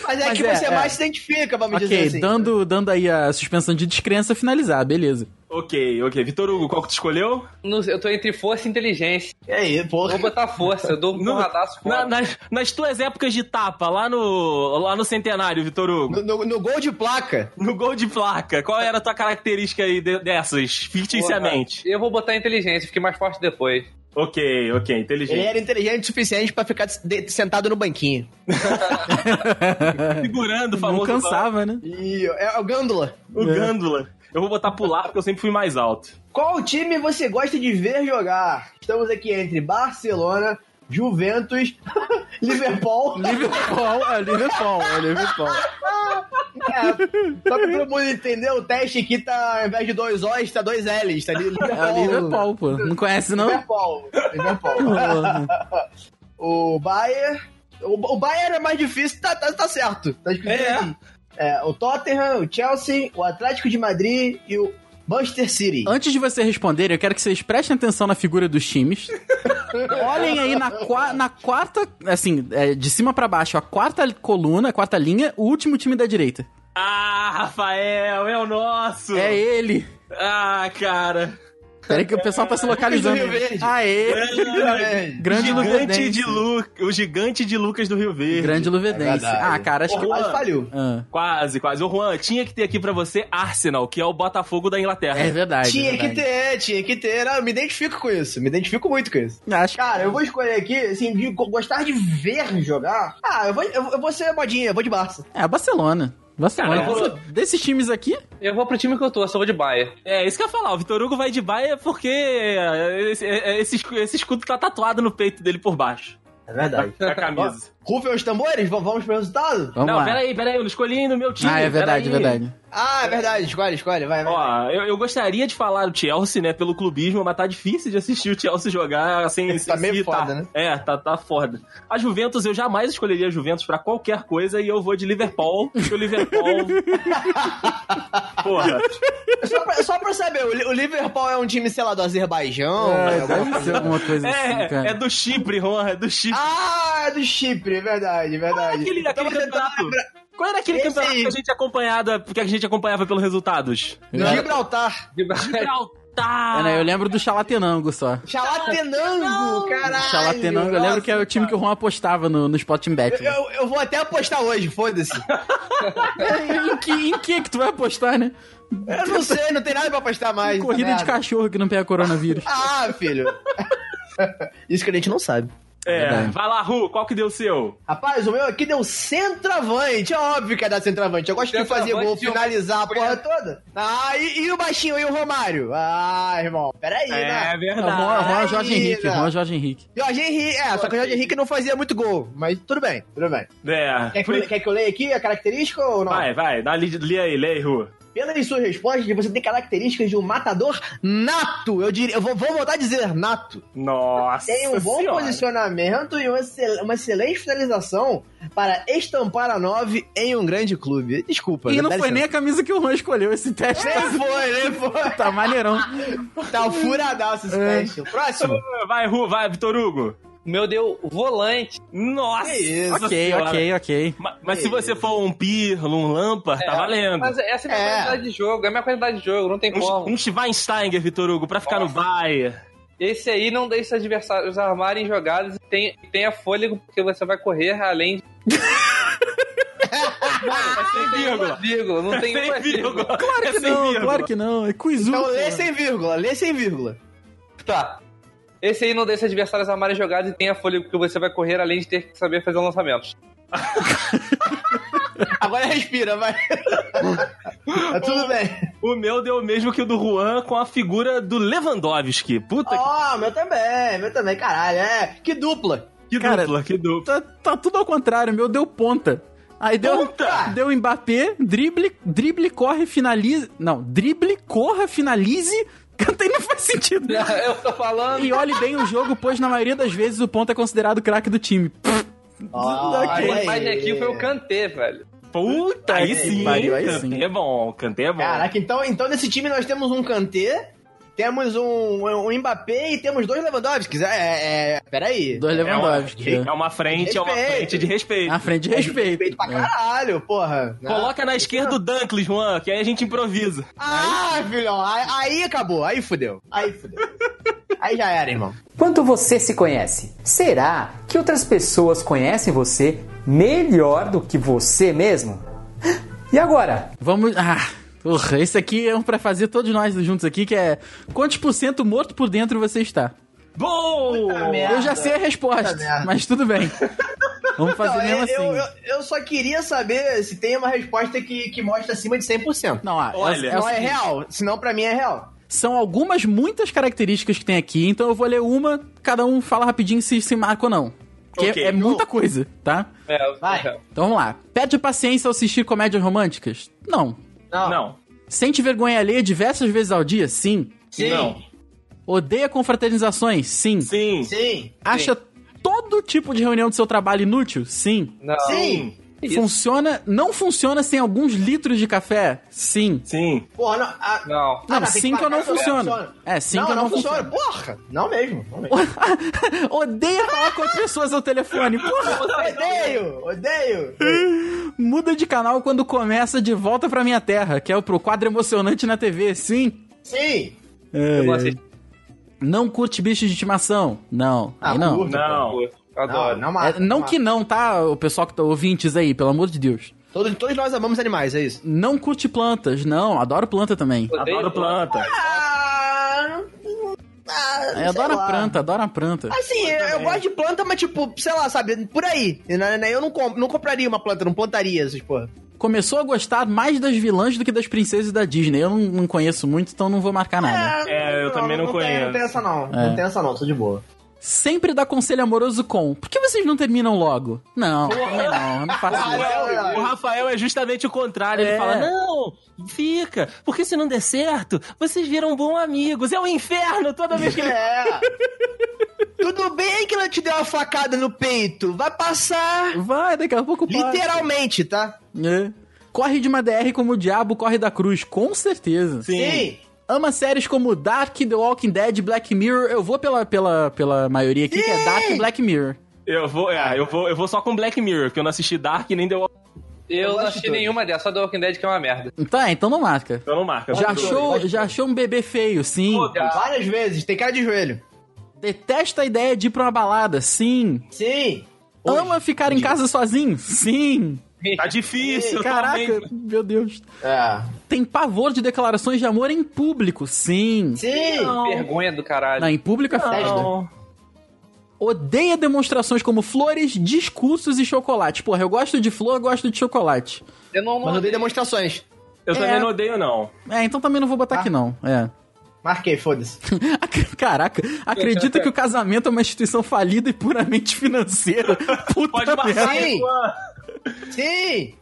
Speaker 4: Mas é
Speaker 2: Mas
Speaker 4: que
Speaker 2: é,
Speaker 4: você
Speaker 2: é.
Speaker 4: mais se identifica, vamos
Speaker 2: Ok,
Speaker 4: dizer assim.
Speaker 2: dando, dando aí a suspensão de descrença, finalizar, beleza.
Speaker 3: ok, ok. Vitor Hugo, qual que tu escolheu?
Speaker 5: Não sei, Eu tô entre força e inteligência.
Speaker 4: E aí, porra.
Speaker 5: Vou botar força, eu dou um
Speaker 3: No-
Speaker 5: porradaço
Speaker 3: na-
Speaker 5: fora.
Speaker 3: nas, nas tuas épocas de tapa, lá no, lá no Centenário, Vitor Hugo,
Speaker 4: No, no- no gol de placa.
Speaker 3: no gol de placa, qual era a tua característica aí de- dessas, ficticiamente?
Speaker 5: Eu vou botar inteligência, fiquei mais forte depois.
Speaker 3: Ok, ok,
Speaker 4: Ele
Speaker 3: inteligente.
Speaker 4: era inteligente o suficiente pra ficar de- sentado no banquinho.
Speaker 3: Segurando
Speaker 2: Não
Speaker 3: o famoso...
Speaker 2: cansava, né?
Speaker 4: E é o Gândula.
Speaker 3: O Gândula. Eu vou botar pular, porque eu sempre fui mais alto.
Speaker 4: Qual time você gosta de ver jogar? Estamos aqui entre Barcelona, Juventus, *laughs* Liverpool.
Speaker 2: Liverpool, é Liverpool, é Liverpool.
Speaker 4: É, *laughs* só pra todo mundo entender, o teste aqui tá, ao invés de dois O's, tá dois L's. Tá Li- Liverpool.
Speaker 2: É Liverpool, pô. Não conhece, não?
Speaker 4: Liverpool. Liverpool. o Bayern... O, o Bayern é mais difícil, tá, tá, tá certo. Tá escrito
Speaker 3: É.
Speaker 4: aqui. É, o Tottenham, o Chelsea, o Atlético de Madrid e o Manchester City.
Speaker 2: Antes de você responder, eu quero que vocês prestem atenção na figura dos times. Olhem aí na, qua- na quarta, assim, é, de cima pra baixo, a quarta coluna, a quarta linha, o último time da direita.
Speaker 3: Ah, Rafael, é o nosso!
Speaker 2: É ele.
Speaker 3: Ah, cara!
Speaker 2: Peraí que o pessoal tá se localizando.
Speaker 4: Rio Verde.
Speaker 2: Aê!
Speaker 4: É.
Speaker 2: Grande
Speaker 3: o gigante
Speaker 2: Luvedense.
Speaker 3: de Lu... O gigante de Lucas do Rio Verde.
Speaker 2: Grande Luvedense.
Speaker 4: É verdade.
Speaker 2: ah, cara, acho que...
Speaker 3: Porra.
Speaker 4: Quase faliu.
Speaker 2: Ah,
Speaker 3: Quase, quase. Ô, Juan, tinha que ter aqui pra você Arsenal, que é o Botafogo da Inglaterra.
Speaker 2: é verdade. é
Speaker 4: Tinha que
Speaker 2: verdade.
Speaker 4: ter, tinha que ter. Ah, eu me identifico com isso, me identifico muito com isso.
Speaker 2: Acho que...
Speaker 4: Cara, eu vou escolher aqui, assim, de go- gostar de ver jogar. Ah, eu vou, eu, eu vou ser modinha, eu vou de Barça.
Speaker 2: É, Barcelona. Barcelona.
Speaker 3: Cara, eu vou-
Speaker 2: Desses times aqui,
Speaker 5: Eu vou pro time que eu tô, eu só vou de Baia.
Speaker 3: É, isso que eu ia falar. O Vitor Hugo vai de baia porque é, esse, esse, escu- esse escudo tá tatuado no peito dele por baixo.
Speaker 4: É verdade.
Speaker 3: Na camisa.
Speaker 4: Rufem os tambores, V- vamos pro resultado?
Speaker 2: vamos
Speaker 3: não,
Speaker 2: lá.
Speaker 3: peraí, peraí, eu não escolhi ainda o meu time.
Speaker 2: ah, é verdade, é
Speaker 3: peraí.
Speaker 2: verdade.
Speaker 4: Ah, é verdade, escolhe, escolhe, vai, vai.
Speaker 3: Ó, eu, eu gostaria de falar o Chelsea, né, pelo clubismo, mas tá difícil de assistir o Chelsea jogar sem...
Speaker 4: Tá
Speaker 3: sem se
Speaker 4: meio
Speaker 3: irritar.
Speaker 4: foda, né?
Speaker 3: É, tá, tá foda. A Juventus, eu jamais escolheria a Juventus pra qualquer coisa e eu vou de Liverpool, porque o
Speaker 4: *laughs*
Speaker 3: Liverpool... Porra.
Speaker 4: É Só, pra, só pra saber, o, Li- o Liverpool é um time, sei lá, do Azerbaijão?
Speaker 2: É,
Speaker 4: alguma
Speaker 2: deve ser alguma coisa assim,
Speaker 3: É,
Speaker 2: cara.
Speaker 3: é do Chipre, Juan, é do Chipre.
Speaker 4: Ah, é do Chipre, é verdade, é
Speaker 3: Qual era
Speaker 4: verdade.
Speaker 3: aquele,
Speaker 4: Eu
Speaker 3: aquele
Speaker 4: tava
Speaker 3: campeonato?
Speaker 4: tentando lembrar.
Speaker 3: Qual era aquele
Speaker 4: Esse
Speaker 3: campeonato
Speaker 4: aí.
Speaker 3: que a gente acompanhava, que a gente acompanhava pelos resultados?
Speaker 4: Gibraltar.
Speaker 5: De Baia.
Speaker 2: É,
Speaker 3: Gibraltar!
Speaker 2: né, eu lembro do Xalatenango só.
Speaker 4: Chalatenango, caralho.
Speaker 2: Xalatenango, eu lembro que é era o time que o Juan apostava no, no Spot Team Bet. né?
Speaker 4: Eu, eu vou até apostar hoje, foda-se.
Speaker 2: É, em, que, em que que tu vai apostar, né?
Speaker 4: Eu não sei, não tem nada pra apostar mais.
Speaker 2: Corrida de
Speaker 4: merda.
Speaker 2: cachorro que não pega coronavírus.
Speaker 4: Ah, filho. *laughs* Isso que a gente não sabe.
Speaker 3: É,
Speaker 2: Verdade.
Speaker 3: vai lá, Ru, qual que deu o seu?
Speaker 4: Rapaz, o meu aqui deu centroavante. É óbvio que é dar centroavante. Eu gosto de fazer
Speaker 5: Centroavante
Speaker 4: gol,
Speaker 5: de um-
Speaker 4: finalizar a porra toda. Ah, e, e o baixinho, e o Romário? Ah, irmão, peraí, né?
Speaker 2: *laughs* É, o Juan, o Juan é o Jorge
Speaker 4: Aí,
Speaker 2: Henrique, o Juan é o Jorge Henrique.
Speaker 4: Jorge Henrique, é, só que o Jorge Henrique não fazia muito gol, mas tudo bem, tudo bem.
Speaker 3: É,
Speaker 4: Quer que,
Speaker 3: por-
Speaker 4: eu, quer que eu leia aqui a característica ou não?
Speaker 3: vai, vai, dá, li, li aí, lê aí, Ru.
Speaker 4: Pelas suas respostas, você tem características de um matador nato. Eu diria, eu vou, vou voltar a dizer nato.
Speaker 3: Nossa
Speaker 4: Tem um bom
Speaker 3: senhora.
Speaker 4: posicionamento e uma, excel- uma excelente finalização para estampar a 9 em um grande clube. Desculpa. né?
Speaker 2: E
Speaker 4: dá
Speaker 2: não foi
Speaker 4: licença. É,
Speaker 2: nem a camisa que o Juan escolheu, esse teste
Speaker 4: Nem
Speaker 2: tá,
Speaker 4: foi, nem foi.
Speaker 2: tá maneirão. É.
Speaker 4: Tá um furadaço esse teste. Próximo.
Speaker 3: Vai, Ru, vai, Vitor Hugo.
Speaker 5: O meu deu volante.
Speaker 3: Nossa!
Speaker 2: Ok,
Speaker 3: senhora.
Speaker 2: ok, ok.
Speaker 3: Ma- Mas se você for um Pirlo, um Lampard, tá valendo.
Speaker 5: Mas essa é a minha
Speaker 4: É.
Speaker 5: qualidade de jogo, é a minha qualidade de jogo, não tem como.
Speaker 3: Um, um Schweinsteiger, Vitor Hugo, pra ficar no Bayern.
Speaker 5: Esse aí não deixa os adversários armarem jogadas e tem, tenha fôlego, porque você vai correr além de.
Speaker 3: *laughs* Sem vírgula.
Speaker 5: Vírgula, não tem é assim.
Speaker 3: *laughs* Sem É vírgula.
Speaker 5: uma vírgula.
Speaker 3: Claro
Speaker 2: Claro que não, claro que não. É Cuizu.
Speaker 4: Então lê
Speaker 2: porra.
Speaker 4: sem vírgula, lê sem vírgula.
Speaker 5: Tá. Esse aí não deixa adversários armarem jogadas e tenha fôlego, porque você vai correr além de ter que saber fazer um lançamentos.
Speaker 4: Agora
Speaker 2: *laughs*
Speaker 4: respira, vai. tá tudo bem.
Speaker 3: O meu deu o mesmo que o do Juan com a figura do Lewandowski. Puta
Speaker 4: Ó, meu também, meu também, caralho. É, que dupla.
Speaker 3: que
Speaker 2: cara,
Speaker 3: dupla, que dupla.
Speaker 2: Tá, tá tudo ao contrário, meu deu ponta. Aí deu,
Speaker 3: Ponta?
Speaker 2: deu Mbappé, drible, drible, corre, finalize. Não, drible, corra, finalize. *laughs* Cantei não faz sentido.
Speaker 5: *laughs* Eu tô falando.
Speaker 2: E olhe bem o jogo, pois na maioria das vezes o ponta é considerado craque do time.
Speaker 4: Ah,
Speaker 5: A
Speaker 2: Ok.
Speaker 4: aí.
Speaker 5: imagem aqui foi o Kantê, velho.
Speaker 3: Puta, aí
Speaker 2: que
Speaker 3: sim,
Speaker 2: pariu, aí
Speaker 3: hein? Kanté
Speaker 2: sim.
Speaker 3: é bom, Kanté é bom.
Speaker 4: Caraca, então, então nesse time nós temos um Kanté, temos um, um Mbappé e temos dois Lewandowski. É, é, peraí.
Speaker 2: Dois
Speaker 3: é uma,
Speaker 2: Lewandowski. Ah,
Speaker 3: é uma frente, é uma
Speaker 4: Respeito.
Speaker 3: frente de respeito.
Speaker 2: Na frente de respeito.
Speaker 4: Feito pra
Speaker 2: É.
Speaker 4: caralho, porra.
Speaker 3: Coloca na esquerda o Dunkley, Juan, que aí a gente improvisa.
Speaker 4: Ah, filhão, aí, aí acabou, aí fudeu, aí fudeu. aí já era, irmão.
Speaker 6: Quanto você se conhece? Será que outras pessoas conhecem você melhor do que você mesmo? E agora?
Speaker 2: Vamos. Ah, porra, esse aqui é um pra fazer todos nós juntos aqui, que é quantos por cento morto por dentro você está?
Speaker 3: Bom!
Speaker 4: Tá merda.
Speaker 2: Eu já sei a resposta,
Speaker 4: É, Puta merda.
Speaker 2: mas tudo
Speaker 4: *laughs*
Speaker 2: bem. Vamos fazer
Speaker 4: Não,
Speaker 2: mesmo
Speaker 4: eu,
Speaker 2: assim.
Speaker 4: eu, eu só queria saber se tem uma resposta que, que mostra acima de 100%.
Speaker 2: Não, ah, é o-
Speaker 3: Olha,
Speaker 2: é, o
Speaker 4: Não é
Speaker 2: seguinte,
Speaker 4: real, senão pra mim é real.
Speaker 2: São algumas, muitas características que tem aqui, então eu vou ler uma, cada um fala rapidinho se se marca ou não. Porque
Speaker 3: Ok.
Speaker 2: é muita coisa, tá?
Speaker 5: É,
Speaker 4: Vai.
Speaker 2: Então vamos lá. Pede paciência ao assistir comédias românticas? Não.
Speaker 4: Não,
Speaker 3: Não,
Speaker 2: Sente vergonha alheia diversas vezes ao dia? Sim.
Speaker 4: Sim,
Speaker 3: não.
Speaker 2: Odeia confraternizações? Sim.
Speaker 3: Sim.
Speaker 4: sim,
Speaker 2: Acha todo tipo de reunião do seu trabalho inútil? Sim.
Speaker 5: Não.
Speaker 4: sim.
Speaker 5: Isso.
Speaker 2: Funciona, não funciona sem alguns litros de café? Sim. *laughs*
Speaker 3: Sim.
Speaker 4: Porra, não. ah,
Speaker 5: Não.
Speaker 2: Não,
Speaker 4: Ah, tem
Speaker 2: sim que eu
Speaker 4: pagar
Speaker 2: não
Speaker 4: se
Speaker 2: funciono. É, sim
Speaker 4: não,
Speaker 2: que eu
Speaker 4: não,
Speaker 2: não,
Speaker 4: funciona.
Speaker 2: funciono.
Speaker 4: Porra, não mesmo. Não mesmo.
Speaker 2: Odeia falar com as pessoas ao telefone. Porra,
Speaker 4: Odeio, odeio.
Speaker 2: muda de canal quando começa De Volta Pra Minha Terra, que é pro quadro emocionante na TV, sim.
Speaker 4: Sim.
Speaker 5: Eu não assisti.
Speaker 2: Não curte bicho de estimação? Não.
Speaker 4: Ah,
Speaker 2: Aí não.
Speaker 4: curto.
Speaker 3: Não.
Speaker 5: Eu Adoro.
Speaker 4: não
Speaker 2: É,
Speaker 4: mata.
Speaker 2: não
Speaker 4: mata.
Speaker 2: que não, tá, o pessoal que tá ouvintes aí, pelo amor de Deus.
Speaker 4: Todos, todos nós amamos animais, é isso?
Speaker 2: Não curte plantas, não, adoro planta também.
Speaker 5: Odeio-
Speaker 3: Adoro planta.
Speaker 4: Ah, não- ah, sei
Speaker 2: Eu adoro
Speaker 4: lá.
Speaker 2: a planta, adoro a planta.
Speaker 4: Assim, eu, eu gosto de planta, mas tipo, sei lá, sabe, por aí. Eu não- Eu não, comp- não compraria uma planta, não plantaria essas porra.
Speaker 2: Começou a gostar mais das vilãs do que das princesas da Disney. Eu não, não conheço muito, então não vou marcar nada.
Speaker 3: É, eu também não
Speaker 4: Tem,
Speaker 3: conheço.
Speaker 4: não tem essa não,
Speaker 2: É.
Speaker 4: não tem essa não, tô de boa.
Speaker 2: Sempre dá conselho amoroso com. Por que vocês não terminam logo? Não, também não, eu não faço isso.
Speaker 3: Ah, é, O Rafael é justamente o contrário.
Speaker 2: É.
Speaker 3: Ele fala: Não, fica, porque se não der certo, vocês viram bons amigos. É um inferno toda vez que ele.
Speaker 4: É. Tudo bem que ela te deu uma facada no peito, vai passar
Speaker 2: Vai, daqui a pouco passa.
Speaker 4: literalmente, tá?
Speaker 2: É. Corre de uma DR como o diabo corre da cruz, com certeza.
Speaker 4: Sim.
Speaker 2: Ama séries como Dark, The Walking Dead, Black Mirror. Eu vou pela, pela, pela maioria aqui, que é Dark e Black Mirror.
Speaker 3: *laughs* Eu vou, é, eu vou, eu vou só com Black Mirror, que eu não assisti Dark e nem deu.
Speaker 5: Eu não
Speaker 4: gosto de
Speaker 5: assisti
Speaker 4: todos.
Speaker 5: nenhuma dessas, só The Walking Dead que é uma merda.
Speaker 2: Então, é, então não marca.
Speaker 3: Então não marca.
Speaker 2: Já
Speaker 3: Tudo.
Speaker 2: achou, já achou um bebê feio, sim.
Speaker 3: Tá.
Speaker 4: Várias vezes, tem cara de joelho.
Speaker 2: Detesta a ideia de ir pra uma balada, sim.
Speaker 4: Sim.
Speaker 2: Ama ficar em casa sozinho, sim.
Speaker 3: Tá difícil,
Speaker 2: Caraca,
Speaker 3: totalmente.
Speaker 2: meu Deus.
Speaker 4: É.
Speaker 2: Tem pavor de declarações de amor em público, sim.
Speaker 4: Sim.
Speaker 5: Vergonha do caralho.
Speaker 2: Não, em público é foda.
Speaker 3: Não.
Speaker 2: Odeia demonstrações como flores, discursos e chocolate. Porra, eu gosto de flor, eu gosto de chocolate.
Speaker 5: Eu não,
Speaker 4: Mas
Speaker 5: não
Speaker 4: não dei demonstrações.
Speaker 3: Eu
Speaker 2: É.
Speaker 3: também não odeio, não.
Speaker 2: É, então também não vou botar aqui não. É. *laughs*
Speaker 4: Marquei, foda-se.
Speaker 2: Caraca, acredita que o casamento é uma instituição falida e puramente financeira. Puta
Speaker 3: Pode passar,
Speaker 2: merda.
Speaker 4: Sim.
Speaker 3: Juan.
Speaker 4: Sim.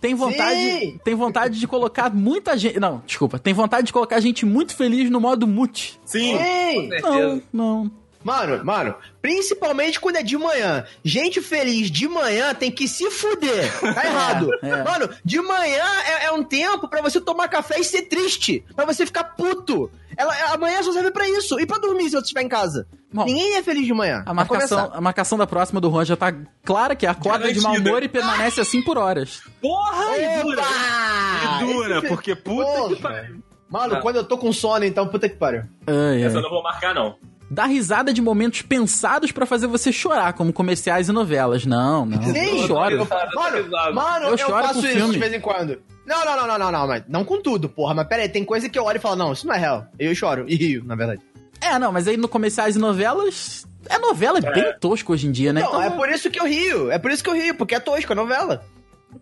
Speaker 2: Tem vontade,
Speaker 4: Sim.
Speaker 2: tem vontade de colocar muita gente. Não, desculpa. Tem vontade de colocar gente muito feliz no modo mute.
Speaker 3: Sim.
Speaker 4: Sim.
Speaker 5: certeza.
Speaker 2: Não, não.
Speaker 4: Mano, mano, principalmente quando é de manhã. Gente feliz de manhã tem que se fuder. Tá errado.
Speaker 2: *laughs* é.
Speaker 4: Mano, de manhã é, é um tempo pra você tomar café e ser triste. Pra você ficar puto. Ela, amanhã só serve pra isso. E pra dormir se você estiver em casa.
Speaker 2: Bom,
Speaker 4: Ninguém é feliz de manhã.
Speaker 2: A
Speaker 4: Pra
Speaker 2: marcação,
Speaker 4: começar.
Speaker 2: a marcação da próxima do Juan já tá clara que acorda de mau
Speaker 3: Garantida.
Speaker 2: humor e permanece assim por horas.
Speaker 3: Porra, e dura!
Speaker 4: Opa!
Speaker 3: E É dura,
Speaker 4: Esse-
Speaker 3: porque puta
Speaker 4: Porra.
Speaker 3: que pariu.
Speaker 4: Mano,
Speaker 5: Tá.
Speaker 4: quando eu tô com sono, então, puta que pariu.
Speaker 2: Ai,
Speaker 3: Essa
Speaker 2: ai.
Speaker 3: eu não vou marcar, não.
Speaker 2: Dá risada de momentos pensados pra fazer você chorar, como comerciais e novelas. Não, não.
Speaker 4: Sim.
Speaker 2: Eu choro.
Speaker 4: Mano, mano,
Speaker 2: Eu
Speaker 4: eu,
Speaker 2: choro
Speaker 4: faço
Speaker 2: com
Speaker 4: isso
Speaker 2: filme.
Speaker 4: de vez em quando. Não, não, não, não, não, não, mas não com tudo, porra. Mas pera aí, tem coisa que eu olho e falo, não, isso não é real. Eu choro, e rio, na verdade.
Speaker 2: É, não, mas aí no comerciais e novelas. É novela, é bem tosco hoje em dia, né?
Speaker 4: Não,
Speaker 2: Então,
Speaker 4: é por isso que eu rio, é por isso que eu rio, porque é tosco, é novela.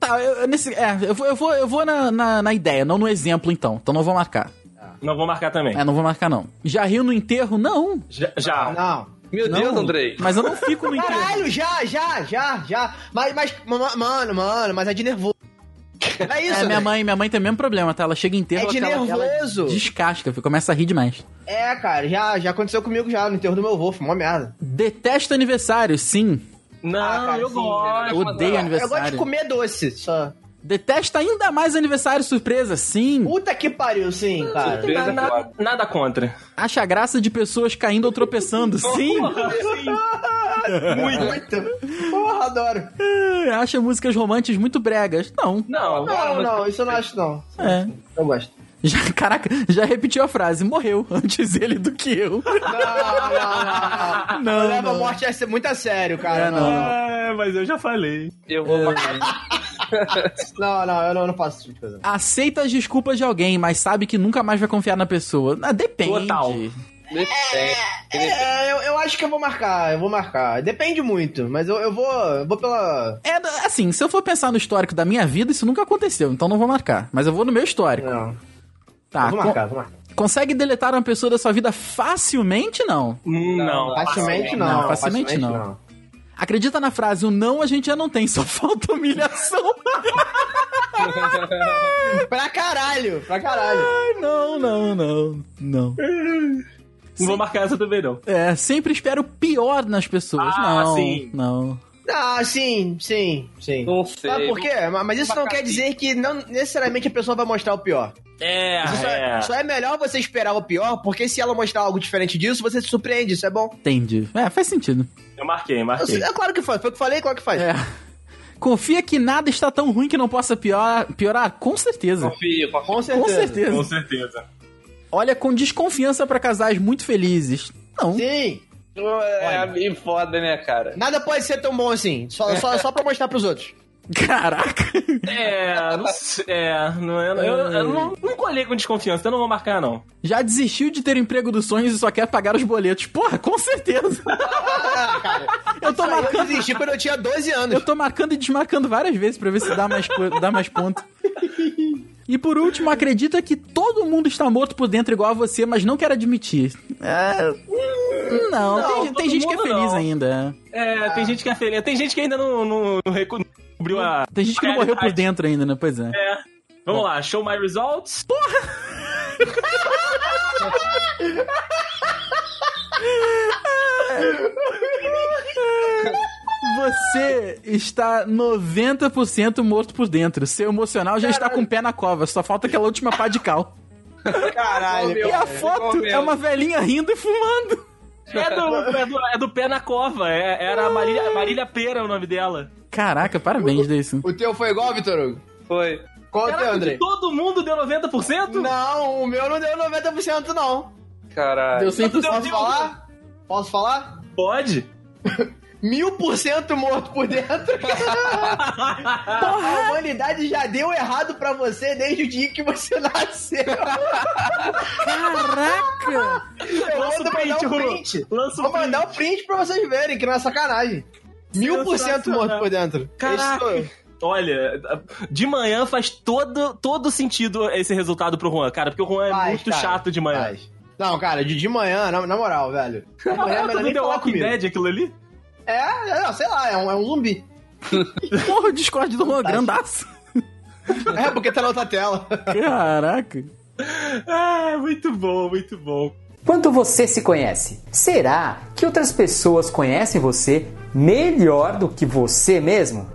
Speaker 2: Tá, eu, eu nesse, é, eu vou, eu vou, eu vou na, na, na ideia, não no exemplo, então. Então não vou marcar.
Speaker 3: Não vou marcar também.
Speaker 2: É, não vou marcar, não. Já riu no enterro? Não.
Speaker 3: Já. já.
Speaker 4: Ah, Não.
Speaker 5: Meu
Speaker 2: não.
Speaker 5: Deus, Andrei.
Speaker 2: Mas eu não fico no enterro.
Speaker 4: Caralho, já, já, já, já. Mas, mas, ma- mano, mano, mas é de nervoso.
Speaker 2: *laughs*
Speaker 4: É isso,
Speaker 2: É, minha
Speaker 4: né?
Speaker 2: mãe, minha mãe tem o mesmo problema, tá? Ela chega em enterro,
Speaker 4: É de
Speaker 2: ela, ela-
Speaker 4: nervoso.
Speaker 2: ela descasca, fica- começa a rir demais.
Speaker 4: É, cara, já, já aconteceu comigo já, no enterro do meu avô, foi uma merda.
Speaker 2: Detesta aniversário, sim.
Speaker 3: Não,
Speaker 4: Ah, cara,
Speaker 3: eu
Speaker 4: sim,
Speaker 3: gosto.
Speaker 2: Eu odeio
Speaker 4: Eu gosto
Speaker 2: aniversário.
Speaker 4: de comer doce, só.
Speaker 2: Detesta ainda mais aniversário surpresa, sim.
Speaker 4: Puta que pariu, sim, cara.
Speaker 5: Deus
Speaker 3: Nada,
Speaker 5: é claro.
Speaker 3: nada- nada *laughs* contra.
Speaker 2: Acha graça de pessoas caindo ou
Speaker 4: *laughs*
Speaker 2: tropeçando, sim.
Speaker 4: Muito, muito. Porra, adoro.
Speaker 2: Acha músicas românticas muito bregas, não.
Speaker 3: Não,
Speaker 4: Não, não, isso eu não acho, não.
Speaker 2: É.
Speaker 4: Eu gosto. *laughs*
Speaker 2: Já, *laughs* caraca, já repetiu a frase, morreu antes ele do que
Speaker 4: *laughs*
Speaker 2: eu.
Speaker 4: Não, não, não.
Speaker 2: Não,
Speaker 4: não leva
Speaker 2: não.
Speaker 4: a morte a ser muito a sério, cara.
Speaker 2: É,
Speaker 4: não, não.
Speaker 3: É, mas eu já falei.
Speaker 5: Eu vou marcar.
Speaker 4: não, não, eu não, eu não faço esse tipo de coisa.
Speaker 2: Aceita as desculpas de alguém, mas sabe que nunca mais vai confiar na pessoa. Ah, depende.
Speaker 3: Total.
Speaker 5: Depende.
Speaker 4: É, eu, eu acho que eu vou marcar, eu vou marcar. Depende muito, mas eu, eu vou. Eu vou pela.
Speaker 2: É, assim, se eu for pensar no histórico da minha vida, isso nunca aconteceu, então não vou marcar. Mas eu vou no meu histórico.
Speaker 4: Não.
Speaker 2: Tá,
Speaker 4: eu vou
Speaker 2: con-
Speaker 4: marcar, vou marcar.
Speaker 2: consegue deletar uma pessoa da sua vida facilmente? Não.
Speaker 3: Hum, Não.
Speaker 5: não.
Speaker 4: Facilmente não.
Speaker 2: não, facilmente não. Acredita na frase, o não a gente já não tem, só *laughs* falta humilhação.
Speaker 4: Pra caralho, pra caralho.
Speaker 2: Ai, não, não, não, não.
Speaker 3: Não vou marcar essa também, não.
Speaker 2: É, sempre espero o pior nas pessoas.
Speaker 3: Ah,
Speaker 2: não,
Speaker 3: sim.
Speaker 2: não.
Speaker 4: Ah, sim, sim, sim.
Speaker 5: Não sei.
Speaker 4: Sabe por quê? Ma- Mas isso não quer dizer que não necessariamente a pessoa vai mostrar o pior.
Speaker 3: É,
Speaker 4: Só
Speaker 3: é.
Speaker 4: só é melhor você esperar o pior, porque se ela mostrar algo diferente disso, você se surpreende, isso é bom.
Speaker 2: Entendi. É, faz sentido.
Speaker 3: Eu marquei,
Speaker 4: Eu sei-
Speaker 3: marquei.
Speaker 4: É claro que faz, foi o que eu falei, claro que faz.
Speaker 2: É. Confia que nada está tão ruim que não possa piorar, piorar? Com certeza.
Speaker 5: Confio, confio.
Speaker 4: Com
Speaker 2: Com
Speaker 4: certeza.
Speaker 2: certeza.
Speaker 3: Com certeza.
Speaker 2: Olha com desconfiança pra casais muito felizes. Não.
Speaker 4: Sim.
Speaker 5: É meio foda, né, cara?
Speaker 4: Nada pode ser tão bom assim. Só, só, só pra mostrar pros outros.
Speaker 2: *laughs* Caraca.
Speaker 3: É, não sei. É, não é. Eu, eu não, não colhei com desconfiança, então eu não vou marcar, não.
Speaker 2: Já desistiu de ter o emprego dos sonhos e só quer pagar os boletos. Porra, com certeza.
Speaker 4: Ah, *laughs* cara.
Speaker 2: Eu tô
Speaker 4: Isso aí Eu
Speaker 2: marcando.
Speaker 4: desisti quando eu tinha 12
Speaker 2: Eu
Speaker 4: anos.
Speaker 2: tô marcando e desmarcando várias vezes pra ver se dá mais, po- dá mais ponto. E por último, acredita que todo mundo está morto por dentro igual a você, mas não quer admitir. É. hum, Não,
Speaker 3: Não,
Speaker 2: tem, tem
Speaker 3: todo
Speaker 2: gente que é
Speaker 3: mundo
Speaker 2: feliz
Speaker 3: não.
Speaker 2: ainda. é.
Speaker 3: É, tem gente que é feliz. Tem gente que ainda não, não, não recu- não descobriu a.
Speaker 2: Tem gente que não morreu por dentro ainda, né? Pois é.
Speaker 3: Vamos lá, show my results.
Speaker 2: Você está 90% morto por dentro. Seu emocional já está com o pé na cova, só falta aquela última pá de cal.
Speaker 4: Caralho.
Speaker 2: E a
Speaker 4: cara.
Speaker 2: foto é uma velhinha rindo e fumando.
Speaker 3: É do, é do, é do pé na cova. É- era a Marília, Marília Pera é o nome dela.
Speaker 2: Caraca, parabéns, Deison.
Speaker 4: O teu foi igual, Vitor Hugo?
Speaker 5: Foi.
Speaker 4: Qual o
Speaker 3: Caraca,
Speaker 4: teu, André?
Speaker 3: todo mundo deu 90%?
Speaker 4: Não, o meu não deu 90%, não.
Speaker 5: Caralho.
Speaker 2: Deu 100%.
Speaker 4: Posso falar? Posso falar?
Speaker 3: Pode?
Speaker 4: Mil por cento morto
Speaker 3: *laughs*
Speaker 4: por dentro. A humanidade já deu errado pra você desde o dia que você *laughs* nasceu.
Speaker 2: Caraca!
Speaker 4: Eu
Speaker 3: Lança
Speaker 4: vou
Speaker 3: o print,
Speaker 4: mandar um
Speaker 3: Rô.
Speaker 4: print.
Speaker 3: Lança o
Speaker 4: Vou
Speaker 3: print.
Speaker 4: mandar o print pra vocês verem, que não é sacanagem. Mil por cento morto por dentro.
Speaker 3: Caraca.
Speaker 4: Esse sou eu.
Speaker 3: Olha, de manhã faz todo, todo sentido esse resultado pro Juan, cara, porque o Juan é
Speaker 4: Faz,
Speaker 3: muito
Speaker 4: cara,
Speaker 3: chato de manhã.
Speaker 4: faz. Não, cara, de, de manhã, na, na moral, velho. De manhã é
Speaker 3: Caraca,
Speaker 4: melhor
Speaker 3: do
Speaker 4: nem
Speaker 3: The
Speaker 4: falar
Speaker 3: Walking
Speaker 4: comigo.
Speaker 3: Dead aquilo ali?
Speaker 4: É, é, não, sei lá, é um, é um zumbi.
Speaker 2: Porra, o Discord do Juan grandaço.
Speaker 4: É, porque tá na outra tela.
Speaker 2: Caraca.
Speaker 3: Ah, muito bom, muito bom.
Speaker 6: Quanto você se conhece? Será que outras pessoas conhecem você melhor do que você mesmo?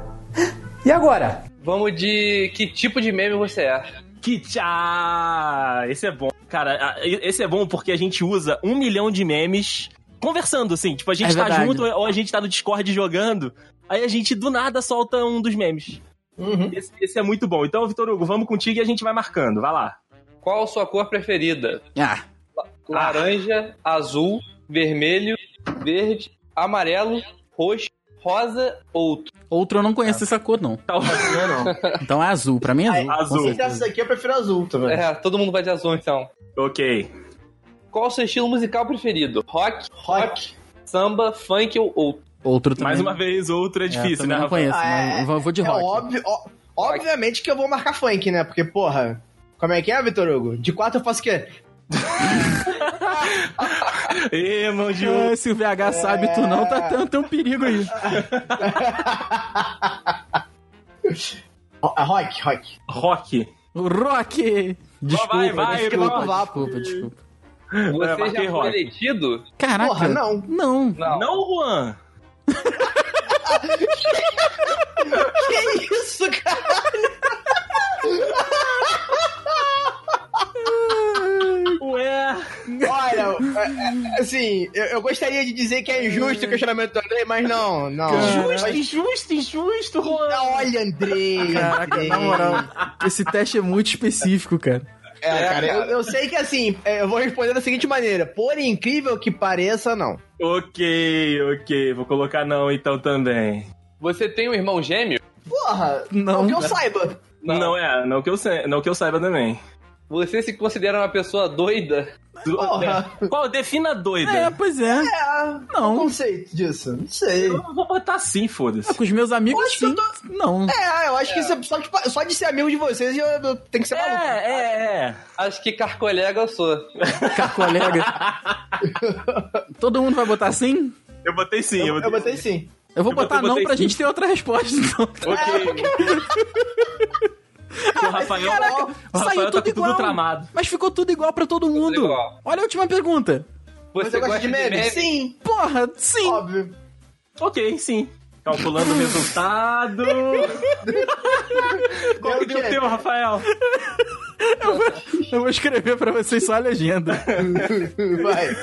Speaker 6: E agora?
Speaker 5: Vamos de que tipo de meme você é.
Speaker 3: Que tchá! Esse é bom. Cara, a- e- esse é bom porque a gente usa um milhão de memes conversando, assim. Tipo, a gente
Speaker 2: É
Speaker 3: tá
Speaker 2: verdade.
Speaker 3: junto ou a gente tá no Discord jogando. Aí a gente do nada solta um dos memes.
Speaker 4: Uhum.
Speaker 3: Esse, esse é muito bom. Então, Vitor Hugo, vamos contigo e a gente vai marcando. Vai lá.
Speaker 5: Qual a sua cor preferida?
Speaker 2: Ah,
Speaker 5: Laranja, azul, vermelho, verde, amarelo, roxo, rosa, outro.
Speaker 2: outro eu não
Speaker 3: Ah.
Speaker 2: conheço essa cor, não.
Speaker 3: Talvez.
Speaker 4: Não, não.
Speaker 2: Então é azul. Pra mim é azul. com
Speaker 3: Azul.
Speaker 4: Se
Speaker 2: certeza.
Speaker 4: dessas aqui, eu prefiro azul também.
Speaker 5: É, todo mundo vai de azul então.
Speaker 3: ok.
Speaker 5: Qual o seu estilo musical preferido? Rock,
Speaker 4: Rock.
Speaker 5: samba, funk ou
Speaker 3: *laughs*
Speaker 5: outro?
Speaker 2: Outro também.
Speaker 3: Mais uma vez, outro é
Speaker 2: É,
Speaker 3: difícil,
Speaker 2: também
Speaker 3: né,
Speaker 2: Não
Speaker 3: Rafa?
Speaker 2: conheço,
Speaker 4: Ah,
Speaker 2: mas eu vou de
Speaker 4: É
Speaker 2: rock.
Speaker 4: óbvio, ó- obviamente que eu vou marcar funk, né? Porque, porra, como é que é, Vitor Hugo? De quatro eu faço o quê?
Speaker 3: Ê, mão de ouro.
Speaker 2: Ah, se o VH sabe, tu não,
Speaker 4: É.
Speaker 2: tá tão, tão perigo aí.
Speaker 4: Ro- é Rock,
Speaker 3: *laughs*
Speaker 4: rock.
Speaker 3: Rock.
Speaker 2: Rock! Desculpa,
Speaker 3: vai, vai,
Speaker 2: desculpa,
Speaker 4: vai, vai.
Speaker 2: desculpa, desculpa.
Speaker 5: Você
Speaker 3: É, marquei
Speaker 5: já
Speaker 3: rock.
Speaker 5: foi elegido?
Speaker 2: Caraca.
Speaker 4: Porra, não.
Speaker 2: Não.
Speaker 5: Não.
Speaker 3: Não, Juan.
Speaker 4: Que isso, cara?
Speaker 3: Ué.
Speaker 4: Olha, é, é, assim, eu, eu gostaria de dizer que é injusto o questionamento do Andrei, mas não, não.
Speaker 3: Justo,
Speaker 4: Mas-
Speaker 3: injusto, injusto, Juan.
Speaker 4: Não, olha, Andrei.
Speaker 2: Caraca,
Speaker 4: Andrei.
Speaker 2: na moral, esse teste é muito específico, cara.
Speaker 4: É, cara,
Speaker 5: É,
Speaker 4: eu,
Speaker 5: cara.
Speaker 4: eu sei que assim, é, eu vou responder da seguinte maneira: por incrível que pareça, não.
Speaker 3: Ok, ok. Vou colocar não então também.
Speaker 5: Você tem um irmão gêmeo?
Speaker 4: Porra,
Speaker 2: Não.
Speaker 4: não que eu saiba.
Speaker 3: Não, é, não que, eu sei, não que eu saiba também.
Speaker 5: Você se considera uma pessoa doida?
Speaker 3: Do-
Speaker 4: Porra.
Speaker 3: é. Qual? Defina doida.
Speaker 2: É, pois é.
Speaker 4: É,
Speaker 2: Não.
Speaker 4: o conceito disso, não sei.
Speaker 3: Eu vou botar sim, foda-se.
Speaker 2: Com os meus amigos,
Speaker 4: Acho que
Speaker 2: sim.
Speaker 4: eu
Speaker 2: Não.
Speaker 4: É, eu acho que isso é só, de, só de ser amigo de vocês eu, eu tenho que ser
Speaker 3: É,
Speaker 4: maluco.
Speaker 3: é, é.
Speaker 5: Acho que carcolega eu sou.
Speaker 3: *laughs*
Speaker 2: Cá,
Speaker 4: *laughs*
Speaker 2: colega. Todo mundo vai botar sim?
Speaker 3: Eu botei sim,
Speaker 4: Eu, eu botei sim.
Speaker 2: Eu vou
Speaker 3: Eu
Speaker 2: botar
Speaker 3: botei
Speaker 2: não pra
Speaker 3: sim.
Speaker 2: gente ter outra resposta, então.
Speaker 3: Ok. *laughs* o Rafael,
Speaker 2: Caraca,
Speaker 3: o Rafael
Speaker 2: saiu
Speaker 3: tá
Speaker 2: tudo
Speaker 3: com
Speaker 2: igual.
Speaker 3: tudo tramado.
Speaker 2: Mas ficou tudo igual pra todo mundo.
Speaker 5: igual.
Speaker 2: Olha a última pergunta.
Speaker 5: Você,
Speaker 4: Mas eu gosto de meme? Sim,
Speaker 2: Porra, sim.
Speaker 4: óbvio.
Speaker 3: Ok, sim. Calculando o resultado. Qual que
Speaker 4: Deu
Speaker 3: deu
Speaker 4: é o *laughs*
Speaker 3: *laughs*
Speaker 4: quê?
Speaker 3: o teu, Rafael?
Speaker 2: Eu vou escrever pra vocês só a *laughs* legenda.
Speaker 4: Vai.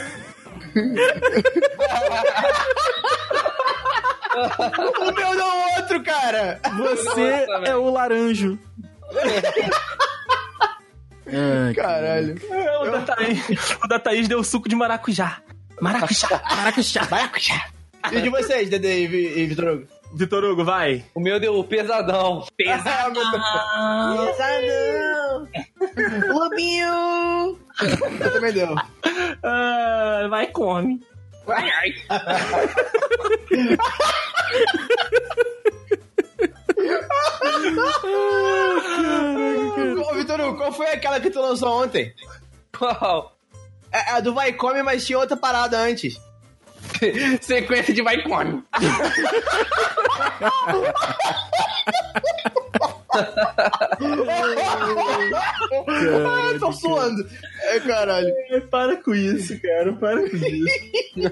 Speaker 4: o meu não o outro, cara.
Speaker 2: Você
Speaker 5: Nossa,
Speaker 2: é
Speaker 5: velho.
Speaker 2: o laranjo. Ai,
Speaker 4: Caralho.
Speaker 3: É, O, da Thaís, o da Thaís deu suco de maracujá. Maracujá.
Speaker 2: Caraca, chato.
Speaker 4: Maracujá. E de vocês, Dede e, Vi- e Vitor Hugo?
Speaker 3: *laughs* Vitor Hugo, vai.
Speaker 5: O meu deu um pesadão. *laughs*
Speaker 4: Ah, meu Deus. Pesadão. Lobinho. Eu também deu.
Speaker 3: Ah, vai, come.
Speaker 4: Ô, Vitor Hugo, qual foi aquela que tu lançou ontem?
Speaker 5: Qual?
Speaker 4: É, é a do Vai Come, mas tinha outra parada antes.
Speaker 5: Sequência de vai e come.
Speaker 4: ah, tô suando. É, caralho.
Speaker 3: É, Para com isso, cara. Para com isso. *laughs*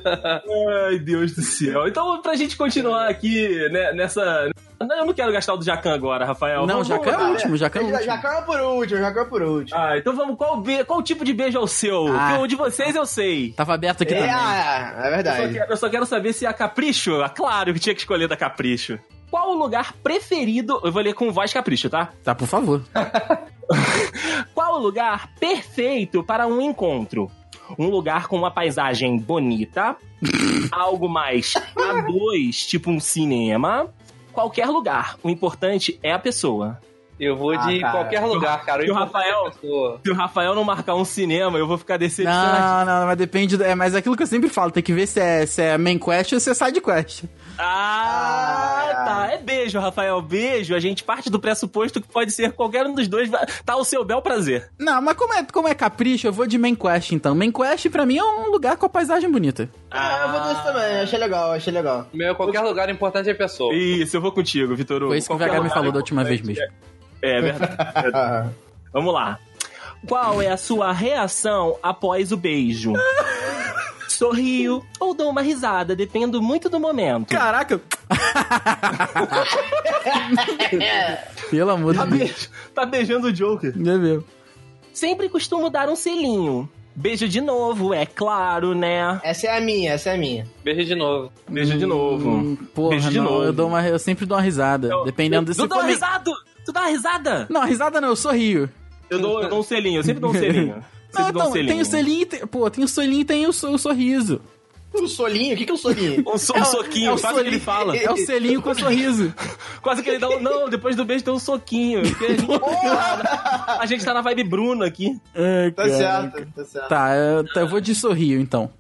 Speaker 3: Ai, Deus do céu. Então, pra gente continuar aqui né, nessa. Não, Eu não quero gastar o do Jacan agora, Rafael.
Speaker 2: Não,
Speaker 3: Vamos-
Speaker 2: Jacan é
Speaker 3: vamos-
Speaker 2: o último, Jacan é o
Speaker 4: Já, já
Speaker 2: último.
Speaker 4: caiu por último, já caiu por último.
Speaker 3: Ah, então vamos. Qual, be... qual tipo de beijo é o seu?
Speaker 2: Ah.
Speaker 3: Porque o de vocês eu sei.
Speaker 2: Tava aberto aqui
Speaker 4: É,
Speaker 2: também.
Speaker 4: ah, é
Speaker 3: Eu só
Speaker 4: verdade.
Speaker 3: quero- eu só quero saber se é a Capricho. Ah, claro que tinha que escolher da Capricho. Qual o lugar preferido. Eu vou ler com voz Capricho, tá?
Speaker 2: Tá, por favor.
Speaker 3: Qual o lugar perfeito para um encontro? Um lugar com uma paisagem bonita, algo mais a dois, tipo um cinema. Qualquer lugar. O importante é a pessoa.
Speaker 5: Eu vou
Speaker 4: Ah,
Speaker 5: de
Speaker 4: cara.
Speaker 5: qualquer lugar, cara.
Speaker 3: E o
Speaker 5: importante
Speaker 3: Rafael?
Speaker 5: é a pessoa.
Speaker 3: Se o Rafael não marcar um cinema, eu vou ficar decepcionado.
Speaker 2: Não, não, mas depende. do- É, mas é aquilo que eu sempre falo, tem que ver se é, se é main quest ou se é side quest.
Speaker 3: Ah, tá. É beijo, Rafael. Beijo. A gente parte do pressuposto que pode ser qualquer um dos dois. Tá o seu bel prazer.
Speaker 2: Não, mas como é, como é capricho, eu vou de main quest então. Main quest pra mim é um lugar com a paisagem bonita.
Speaker 4: Ah, eu vou desse também, achei legal, achei legal.
Speaker 5: O meu é qualquer lugar, o importante é a pessoa.
Speaker 3: Isso, eu vou contigo, Vitor Hugo.
Speaker 2: Foi isso que o
Speaker 3: Qualquer
Speaker 2: VH me
Speaker 3: lugar
Speaker 2: falou da
Speaker 3: é
Speaker 2: última vez
Speaker 3: importante.
Speaker 2: mesmo.
Speaker 3: É verdade.
Speaker 4: Ah,
Speaker 3: *laughs* Vamos lá. Qual é a sua reação após o beijo? Sorrio ou dou uma risada, dependo muito do momento.
Speaker 2: Caraca! Pelo amor
Speaker 3: Tá,
Speaker 2: de Deus.
Speaker 3: beijo- tá beijando o Joker.
Speaker 2: É mesmo.
Speaker 3: Sempre costumo dar um selinho. Beijo de novo, é claro, né?
Speaker 4: Essa é a minha, essa é a minha.
Speaker 5: Beijo de novo.
Speaker 3: Beijo de
Speaker 2: Hum, porra,
Speaker 3: Beijo de
Speaker 2: não,
Speaker 3: novo.
Speaker 2: Eu, dou uma, eu sempre dou uma risada. dependendo do
Speaker 3: Hum. Tu dá uma risada? Tu dá uma risada?
Speaker 2: Não, risada não, eu sorrio.
Speaker 3: Eu dou, eu dou um selinho, eu sempre dou
Speaker 2: *laughs*
Speaker 3: um selinho.
Speaker 2: Não,
Speaker 3: Sempre dou
Speaker 2: então,
Speaker 3: um
Speaker 2: tem o selinho e tem, Pô, tem o selinho e tem o, so- o sorriso.
Speaker 4: O solinho? O que, que é
Speaker 3: *laughs*
Speaker 4: o solinho?
Speaker 3: Um, so- um soquinho,
Speaker 2: é o
Speaker 3: quase que
Speaker 2: solinho.
Speaker 3: ele fala.
Speaker 2: É o selinho com o
Speaker 3: *laughs*
Speaker 2: sorriso.
Speaker 3: Quase que ele dá um. Não, depois do beijo tem um soquinho. porque a, gente, a gente tá na vibe Bruno aqui.
Speaker 4: Tá certo, tá certo.
Speaker 2: Tá, eu, tá, eu vou de sorrio, então.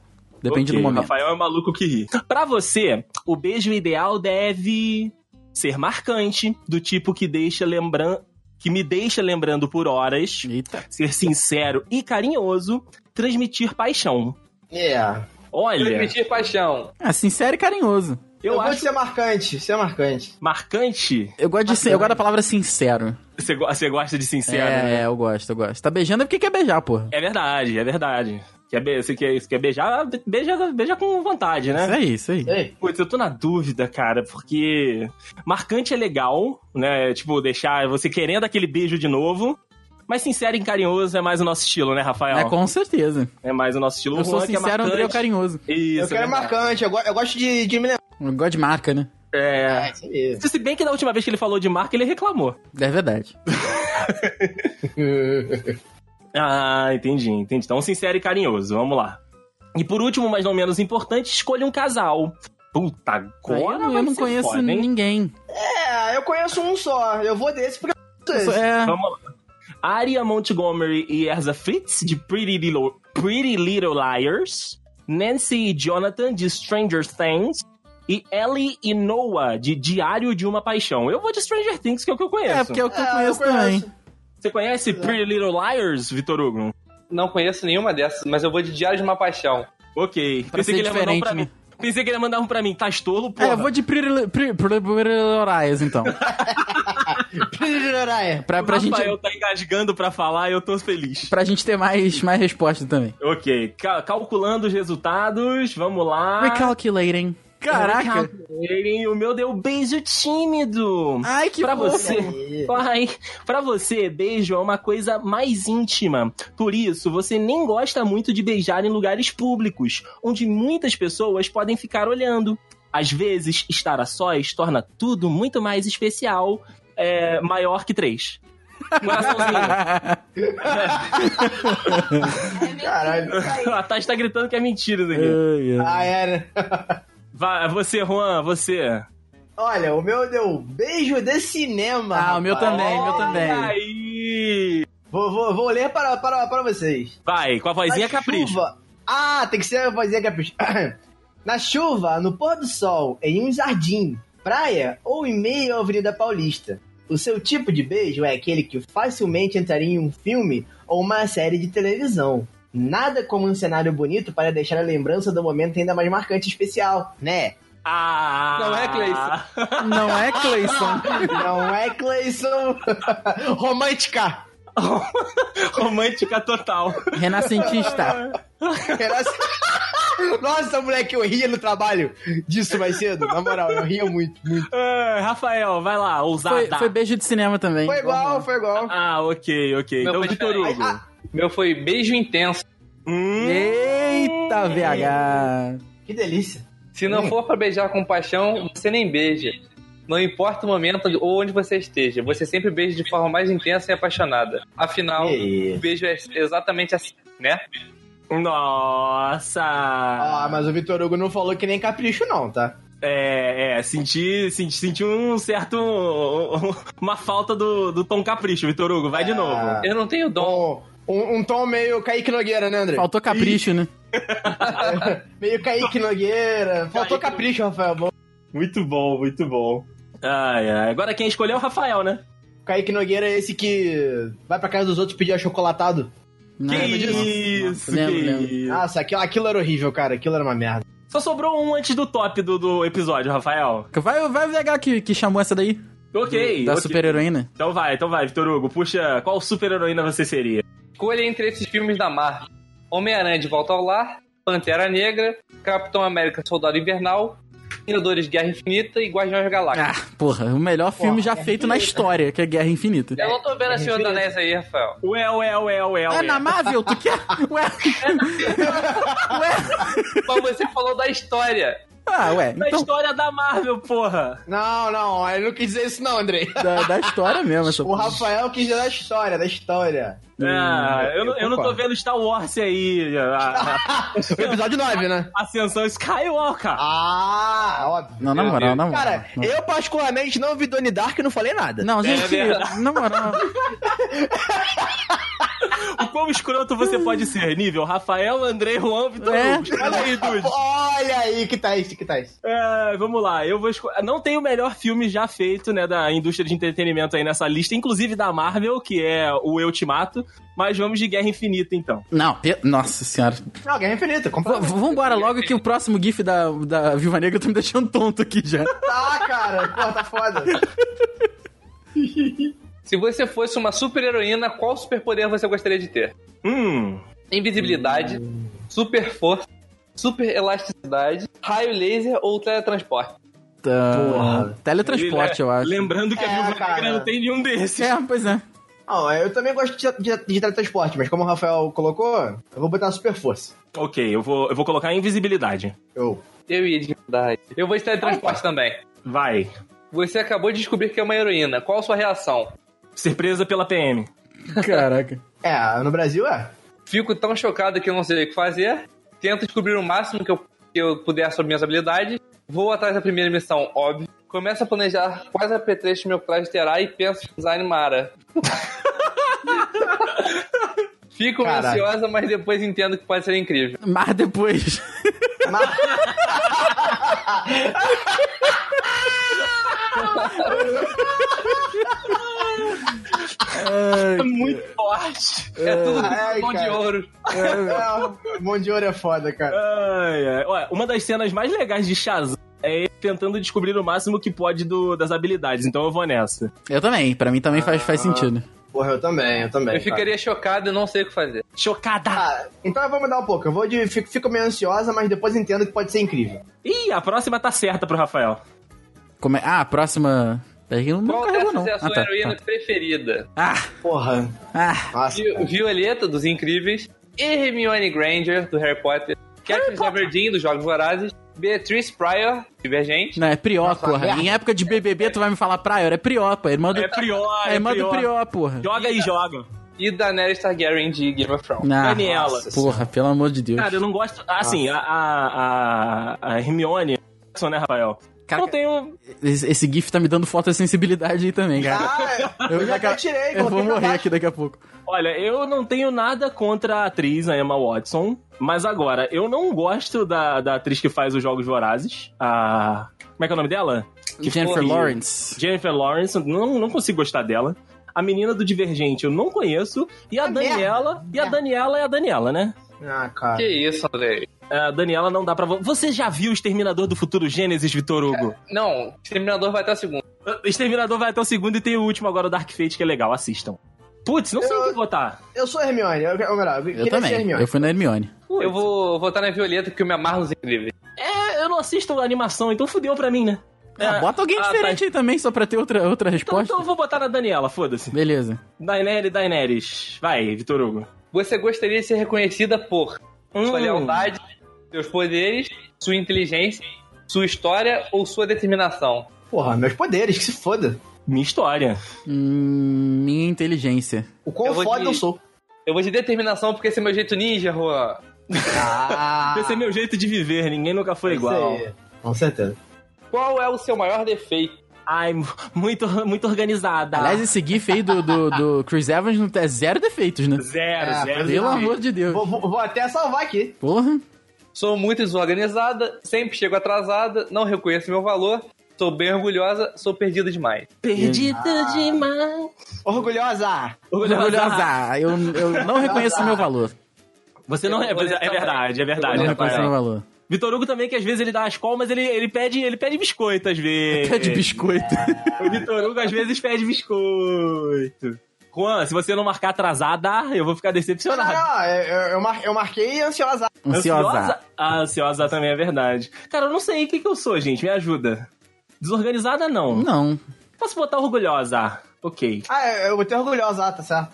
Speaker 2: Depende
Speaker 3: Ok,
Speaker 2: do momento.
Speaker 3: Rafael é o maluco que ri. Pra você, o beijo ideal deve ser marcante, do tipo que deixa lembran... que me deixa lembrando por horas,
Speaker 2: Eita.
Speaker 3: ser sincero e carinhoso, transmitir paixão.
Speaker 4: É.
Speaker 3: Olha,
Speaker 5: Transmitir paixão.
Speaker 2: Ah, sincero e carinhoso.
Speaker 4: Eu,
Speaker 3: eu
Speaker 4: gosto de
Speaker 3: acho
Speaker 4: ser marcante, ser marcante.
Speaker 3: marcante.
Speaker 2: Eu gosto de ser, eu gosto da palavra sincero.
Speaker 3: Você go- você gosta de sincero,
Speaker 2: é,
Speaker 3: né?
Speaker 2: é, eu gosto, eu gosto. Tá beijando é porque quer beijar, porra.
Speaker 3: É verdade, é verdade. Quer be... Você quer, você quer beijar? Beija, beija com vontade, né?
Speaker 2: Isso aí, isso aí.
Speaker 4: Ei,
Speaker 3: Putz, eu tô na dúvida, cara, porque marcante é legal, né? Tipo, deixar você querendo aquele beijo de novo. Mas sincero e carinhoso é mais o nosso estilo, né, Rafael?
Speaker 2: É,
Speaker 3: É,
Speaker 2: com certeza.
Speaker 3: mais o nosso estilo.
Speaker 2: eu
Speaker 3: O
Speaker 2: sou
Speaker 3: Juan que
Speaker 2: sincero, André
Speaker 3: é
Speaker 2: é o
Speaker 3: marcante.
Speaker 2: carinhoso.
Speaker 3: Isso,
Speaker 4: eu quero
Speaker 3: é verdade.
Speaker 4: marcante, eu, go- eu gosto de, de me lembrar.
Speaker 2: Eu gosto de marca, né?
Speaker 3: É.
Speaker 4: É, isso
Speaker 3: *laughs*
Speaker 4: mesmo.
Speaker 3: Se bem que da última vez que ele falou de marca, ele reclamou.
Speaker 2: É verdade.
Speaker 3: Ah, entendi, entendi. Então, sincero e carinhoso, vamos lá. E por último, mas não menos importante, escolha um casal. Puta, agora
Speaker 2: eu não, eu
Speaker 3: vai
Speaker 2: não
Speaker 3: ser
Speaker 2: conheço
Speaker 3: foda, hein?
Speaker 2: ninguém.
Speaker 4: É, eu conheço um só. Eu vou desse porque eu conheço
Speaker 2: Sou-
Speaker 4: esse.
Speaker 2: É,
Speaker 3: Vamos lá. Aria Montgomery e Erza Fritz, de Pretty Little, Pretty Little Liars. Nancy e Jonathan, de Stranger Things. E Ellie e Noah, de Diário de uma Paixão. Eu vou de Stranger Things, que é o que eu conheço.
Speaker 2: é porque é o que eu É.
Speaker 4: É,
Speaker 2: conheço também.
Speaker 3: Você conhece Pretty Little Liars, Vitor Hugo?
Speaker 5: Não conheço nenhuma dessas, mas eu vou de Diário de uma Paixão.
Speaker 3: Ok.
Speaker 2: Pra ser
Speaker 3: que ele ia mandar um
Speaker 2: diferente,
Speaker 3: pra
Speaker 2: né?
Speaker 3: mim. Pensei que ele ia mandar um pra mim. Tá estolo, pô.
Speaker 2: É, eu vou de Pretty Pri- Pri- Pretty Little Lies, *laughs* então.
Speaker 3: é.
Speaker 4: Pirararaia.
Speaker 2: Pra, pra, gente,
Speaker 3: Rafael tá engasgando pra falar e eu tô feliz.
Speaker 2: pra gente ter mais, mais resposta também.
Speaker 3: Ok. Ca- calculando os resultados, vamos lá.
Speaker 2: Recalculating. Ah. Caraca.
Speaker 3: Ele- O meu deu beijo tímido.
Speaker 2: Ai, que
Speaker 3: Pra
Speaker 2: fofo.
Speaker 3: você, pai, pra você, beijo é uma coisa mais íntima. Por isso, você nem gosta muito de beijar em lugares públicos, onde muitas pessoas podem ficar olhando. Às vezes, estar a sós torna tudo muito mais especial, é, maior que três.
Speaker 2: *laughs*
Speaker 3: Coraçãozinho.
Speaker 4: *laughs* Caralho.
Speaker 3: a Tati tá gritando que é mentira isso aqui.
Speaker 2: Ai, ai.
Speaker 4: Ah, era.
Speaker 3: Vai, você, Juan, você.
Speaker 4: Olha, o meu deu um beijo de
Speaker 2: *laughs*
Speaker 4: cinema.
Speaker 2: Ah, o meu
Speaker 4: rapaz.
Speaker 2: também, o meu também.
Speaker 3: Aí!
Speaker 4: Vou, vou, vou ler para, para, para vocês.
Speaker 3: Vai, com a vozinha
Speaker 4: Na
Speaker 3: capricho.
Speaker 4: chuva- Ah, tem que ser a vozinha capricho. *clears throat* Na chuva, no pôr do sol, em um jardim, praia ou em meio à Avenida Paulista. O seu tipo de beijo é aquele que facilmente entraria em um filme ou uma série de televisão. Nada como um cenário bonito para deixar a lembrança do momento ainda mais marcante e especial,
Speaker 2: *laughs*
Speaker 4: né?
Speaker 3: Ah!
Speaker 5: Não é, Cleison?
Speaker 2: Não é *laughs* Clayson.
Speaker 4: Não é, Cleison? *laughs* Romântica!
Speaker 3: *laughs* Romântica total.
Speaker 2: Renascentista.
Speaker 4: Era assim- *laughs* Nossa, moleque, eu ria no trabalho disso mais cedo. Na moral, eu ria muito, muito.
Speaker 3: Ah, Rafael, vai lá, ousada.
Speaker 2: Foi, foi beijo de cinema também.
Speaker 4: Foi igual, foi igual.
Speaker 3: Ah, ok, ok.
Speaker 5: Não,
Speaker 3: então,
Speaker 5: foi
Speaker 3: Vitor
Speaker 5: diferente.
Speaker 3: Hugo.
Speaker 4: Ah,
Speaker 5: Meu foi beijo intenso.
Speaker 3: Hum,
Speaker 2: Eita, VH.
Speaker 4: que delícia.
Speaker 5: Se não for pra beijar com paixão, você nem beija. Não importa o momento ou onde você esteja, você sempre beija de forma mais intensa e apaixonada. Afinal,
Speaker 4: Ei.
Speaker 5: o beijo é exatamente assim, né?
Speaker 3: nossa!
Speaker 4: Ah, mas o Vitor Hugo não falou que nem capricho, não, tá?
Speaker 3: É, é, senti, senti, senti um certo. Uma falta do, do tom capricho, Vitor Hugo. Vai de novo.
Speaker 4: Ah.
Speaker 5: Eu não tenho dom.
Speaker 4: Bom, um, um tom meio Kaique Nogueira, né, André? *laughs* É,
Speaker 2: Faltou capricho, né?
Speaker 4: Meio Kaique Nogueira. Faltou capricho, Rafael. Bom,
Speaker 3: Muito bom, muito bom. Ai, ai. Agora quem escolheu é o Rafael, né?
Speaker 4: Kaique Nogueira é esse que vai pra casa dos outros pedir achocolatado.
Speaker 2: Não,
Speaker 3: que
Speaker 2: lembra disso?
Speaker 3: isso,
Speaker 2: Lembro,
Speaker 3: que
Speaker 2: lembro.
Speaker 3: isso.
Speaker 4: Nossa, aquilo, aquilo era horrível, cara. Aquilo era uma merda.
Speaker 3: Só sobrou um antes do top do, do episódio, Rafael.
Speaker 2: Vai, vai o VH que, que chamou essa daí.
Speaker 3: Ok.
Speaker 2: Da
Speaker 3: ok.
Speaker 2: super-heroína.
Speaker 3: Então vai, então vai, Vitor Hugo. Puxa, qual super-heroína você seria?
Speaker 5: escolha entre esses filmes da Marvel: Homem-Aranha de Volta ao Lar, Pantera Negra, Capitão América Soldado Invernal, Vingadores Guerra Infinita e Guardiões da Galáxia.
Speaker 2: Ah, porra, o melhor filme já feito na história, que é Guerra Infinita.
Speaker 5: Eu não tô vendo a Senhor dos Anéis aí, Rafael.
Speaker 3: Ué, ué, ué, ué,
Speaker 2: É
Speaker 3: ué.
Speaker 2: na Marvel, tu quer? Ué. ué.
Speaker 5: Mas você falou da história.
Speaker 2: Ah, ué,
Speaker 3: Da
Speaker 2: então.
Speaker 3: história da Marvel, porra.
Speaker 4: Não, não, ele não quis dizer isso não, Andrei.
Speaker 2: Da, da história mesmo, essa
Speaker 4: O
Speaker 2: porra.
Speaker 4: Rafael quis dizer da história, da *laughs* história.
Speaker 3: Ah, eu, não- eu não tô
Speaker 2: concordo.
Speaker 3: vendo Star Wars aí. A, a-
Speaker 4: O episódio 9, né?
Speaker 3: Ascensão Skywalker.
Speaker 2: *laughs*
Speaker 4: Ah, óbvio.
Speaker 2: Não, na moral, na moral.
Speaker 4: Cara,
Speaker 2: não.
Speaker 4: eu particularmente não vi Donnie Dark e não falei nada.
Speaker 2: Não,
Speaker 5: É
Speaker 2: gente,
Speaker 5: verdade.
Speaker 2: na moral. Ah.
Speaker 3: O quão escroto você pode ser, nível Rafael, Andrei, Juan, Vitor
Speaker 2: É.
Speaker 3: Hugo. Olha aí, dude.
Speaker 4: Olha aí, que tá isso, que tá isso.
Speaker 3: É, vamos lá, eu vou escolher. Não tem o melhor filme já feito, né, da indústria de entretenimento aí nessa lista, inclusive da Marvel, que é o Eu Te Mato, mas vamos de Guerra Infinita, então.
Speaker 2: Não, pe- nossa senhora.
Speaker 4: Não, Guerra Infinita,
Speaker 2: V-
Speaker 4: completamente.
Speaker 2: v- vambora logo que o próximo GIF da, da Viúva Negra tá me deixando tonto aqui já.
Speaker 4: Tá, cara, porra, tá foda.
Speaker 5: Se você fosse uma super-heroína, qual superpoder você gostaria de ter?
Speaker 3: Hum.
Speaker 5: Invisibilidade, super força, super elasticidade, raio laser ou teletransporte?
Speaker 2: Tá. Teletransporte, eu acho.
Speaker 3: Lembrando que a
Speaker 4: É,
Speaker 3: Viúva
Speaker 4: cara.
Speaker 3: Negra não tem nenhum desses.
Speaker 2: É, pois é.
Speaker 4: Não, eu também gosto de, de, de teletransporte, mas como o Rafael colocou, eu vou botar super força.
Speaker 3: Ok, eu vou, eu vou colocar Invisibilidade.
Speaker 4: Eu.
Speaker 5: Eu ia de verdade. Eu vou de teletransporte também.
Speaker 3: Vai.
Speaker 5: Você acabou de descobrir que é uma heroína. Qual a sua reação?
Speaker 3: Surpresa pela PM.
Speaker 2: Caraca.
Speaker 4: É, no Brasil é.
Speaker 5: Fico tão chocado que eu não sei o que fazer. Tento descobrir o máximo que eu, que eu puder sobre minhas habilidades. Vou atrás da primeira missão, óbvio. Começo a planejar quais apetrecho meu classe terá e penso em design Mara. Fico
Speaker 4: Caraca.
Speaker 5: ansiosa, mas depois entendo que pode ser incrível.
Speaker 2: Mas depois. *laughs*
Speaker 4: Mas-
Speaker 3: É muito forte.
Speaker 5: É tudo
Speaker 4: Ai,
Speaker 5: mão de
Speaker 4: cara.
Speaker 5: ouro.
Speaker 4: é, mão de ouro é foda, cara.
Speaker 3: Ai, ai. Olha, uma das cenas mais legais de Shazam é ele tentando descobrir o máximo que pode do, das habilidades, então eu vou nessa.
Speaker 2: Eu também, pra mim também faz, faz
Speaker 5: Ah.
Speaker 2: sentido.
Speaker 4: Porra, eu também, eu também.
Speaker 5: Eu ficaria chocado e não sei o que fazer.
Speaker 3: Chocada!
Speaker 4: Ah, então eu vou mudar um pouco. Eu vou de. Fico, fico meio ansiosa, mas depois entendo que pode ser incrível.
Speaker 3: Ih, a próxima tá certa pro Rafael.
Speaker 2: Como é- Ah, a próxima. Peraí, eu não
Speaker 5: Qual
Speaker 2: carregou,
Speaker 5: dessas
Speaker 2: não.
Speaker 5: é a sua
Speaker 2: Ah, tá,
Speaker 5: heroína
Speaker 2: tá.
Speaker 5: preferida?
Speaker 2: Ah,
Speaker 4: Porra.
Speaker 2: ah.
Speaker 4: Nossa.
Speaker 5: Vi- Violeta dos Incríveis, Hermione Granger do Harry Potter, Katniss Everdeen dos Jogos Vorazes, Beatriz Pryor, Divergente,
Speaker 2: Não, é Prió, porra. Em época de BBB, tu vai me falar Prior. É Prió, pô. É irmã do,
Speaker 3: É prior,
Speaker 2: é
Speaker 3: é
Speaker 2: irmã do
Speaker 3: prior.
Speaker 2: Prió, porra.
Speaker 3: Joga e joga.
Speaker 5: e Daenerys Targaryen de Game of Thrones.
Speaker 2: Ah,
Speaker 3: Daniela.
Speaker 2: Porra, pelo amor de Deus.
Speaker 3: Cara, eu não gosto. Assim, a, a, a- a Hermione. Jackson, Né, Rafael?
Speaker 2: Cara,
Speaker 3: não tenho.
Speaker 2: Esse, esse GIF tá me dando falta de sensibilidade aí também, cara.
Speaker 4: Ah, *laughs* eu, já
Speaker 2: daqui
Speaker 4: até
Speaker 2: a-
Speaker 4: tirei,
Speaker 2: Eu vou
Speaker 4: coloquei pra
Speaker 2: morrer
Speaker 4: baixo.
Speaker 2: aqui daqui a pouco.
Speaker 3: Olha, eu não tenho nada contra a atriz, a Emma Watson. Mas agora, eu não gosto da, da atriz que faz os Jogos Vorazes. A. Como é que é o nome dela? Que
Speaker 2: Jennifer
Speaker 3: foi-
Speaker 2: Lawrence.
Speaker 3: Jennifer Lawrence. Não, não consigo gostar dela. A menina do Divergente eu não conheço. E a
Speaker 4: Ah,
Speaker 3: Daniela.
Speaker 4: merda.
Speaker 3: E a Daniela é a Daniela, né? É,
Speaker 4: Ah, cara.
Speaker 5: Que isso, Andrei?
Speaker 3: A Daniela não dá pra. vo- Você já viu o Exterminador do Futuro Gênesis, Vitor Hugo?
Speaker 5: Não, Exterminador vai até o segundo.
Speaker 4: É.
Speaker 3: Exterminador vai até o segundo e tem o último agora, o Dark Fate, que é legal, assistam. Putz, não sei o que votar.
Speaker 4: Eu sou a Hermione, eu, ou melhor, eu
Speaker 3: é
Speaker 4: queria
Speaker 2: Eu
Speaker 4: ser a
Speaker 2: também.
Speaker 4: Hermione.
Speaker 2: Eu fui na Hermione.
Speaker 3: Putz.
Speaker 5: Eu vou votar na Violeta porque eu me amarro nos Incríveis.
Speaker 3: É, eu não assisto a animação, então fudeu pra mim, né?
Speaker 2: Ah,
Speaker 3: É,
Speaker 2: bota alguém
Speaker 3: ah,
Speaker 2: diferente aí também, só pra ter outra, outra
Speaker 3: Então,
Speaker 2: resposta.
Speaker 3: então eu vou botar na Daniela, foda-se.
Speaker 2: Beleza.
Speaker 3: Daenerys, Daenerys. Vai, Vitor Hugo.
Speaker 5: Você gostaria de ser reconhecida por sua
Speaker 3: Hum.
Speaker 5: lealdade, seus poderes, sua inteligência, sua história ou sua determinação?
Speaker 4: Porra, meus poderes, que se foda.
Speaker 3: Minha história.
Speaker 2: Hum, minha inteligência.
Speaker 4: O quão
Speaker 5: Eu vou
Speaker 4: foda
Speaker 5: de-
Speaker 4: eu sou.
Speaker 5: Eu vou de determinação porque esse é meu jeito ninja, Juan.
Speaker 4: Ah,
Speaker 3: Esse é meu jeito de viver, ninguém nunca foi igual.
Speaker 4: Com certeza.
Speaker 5: Qual é o seu maior defeito?
Speaker 3: Ai, mu- muito, muito organizada.
Speaker 2: Aliás, esse GIF aí do, do,
Speaker 3: *laughs*
Speaker 2: do Chris Evans não é zero defeitos, né?
Speaker 3: zero,
Speaker 4: É,
Speaker 3: zero.
Speaker 2: Pelo amor de Deus.
Speaker 4: Vou, vou- vou até salvar aqui.
Speaker 2: Porra.
Speaker 5: Sou muito desorganizada, sempre chego atrasada, não reconheço meu valor, sou bem orgulhosa, sou perdida demais.
Speaker 2: é
Speaker 3: Perdido demais.
Speaker 4: Orgulhosa.
Speaker 2: Ah. Orgulhosa. Eu, eu não reconheço o meu valor.
Speaker 3: Você não é.
Speaker 5: Eu vou
Speaker 3: É
Speaker 5: nessa
Speaker 3: verdade, é
Speaker 5: Eu
Speaker 3: verdade,
Speaker 2: Não
Speaker 5: vou
Speaker 2: reconheço o meu
Speaker 3: Rafael.
Speaker 2: valor.
Speaker 3: Vitor Hugo também, que às vezes ele dá as call, mas ele, ele, pede, ele pede biscoito às vezes.
Speaker 2: Pé de biscoito.
Speaker 3: O Vitor Hugo às vezes pede biscoito. Juan, se você não marcar atrasada, eu vou ficar decepcionado.
Speaker 4: Ah, eu, eu, mar- eu marquei ansiosa.
Speaker 2: *laughs* Ansiosa.
Speaker 3: Ah, ansiosa também é verdade. Cara, eu não sei o que, que eu sou, gente. Me ajuda. Desorganizada, não.
Speaker 2: Não.
Speaker 3: Posso botar orgulhosa? Ok.
Speaker 4: Ah, eu eu botei orgulhosa, tá certo?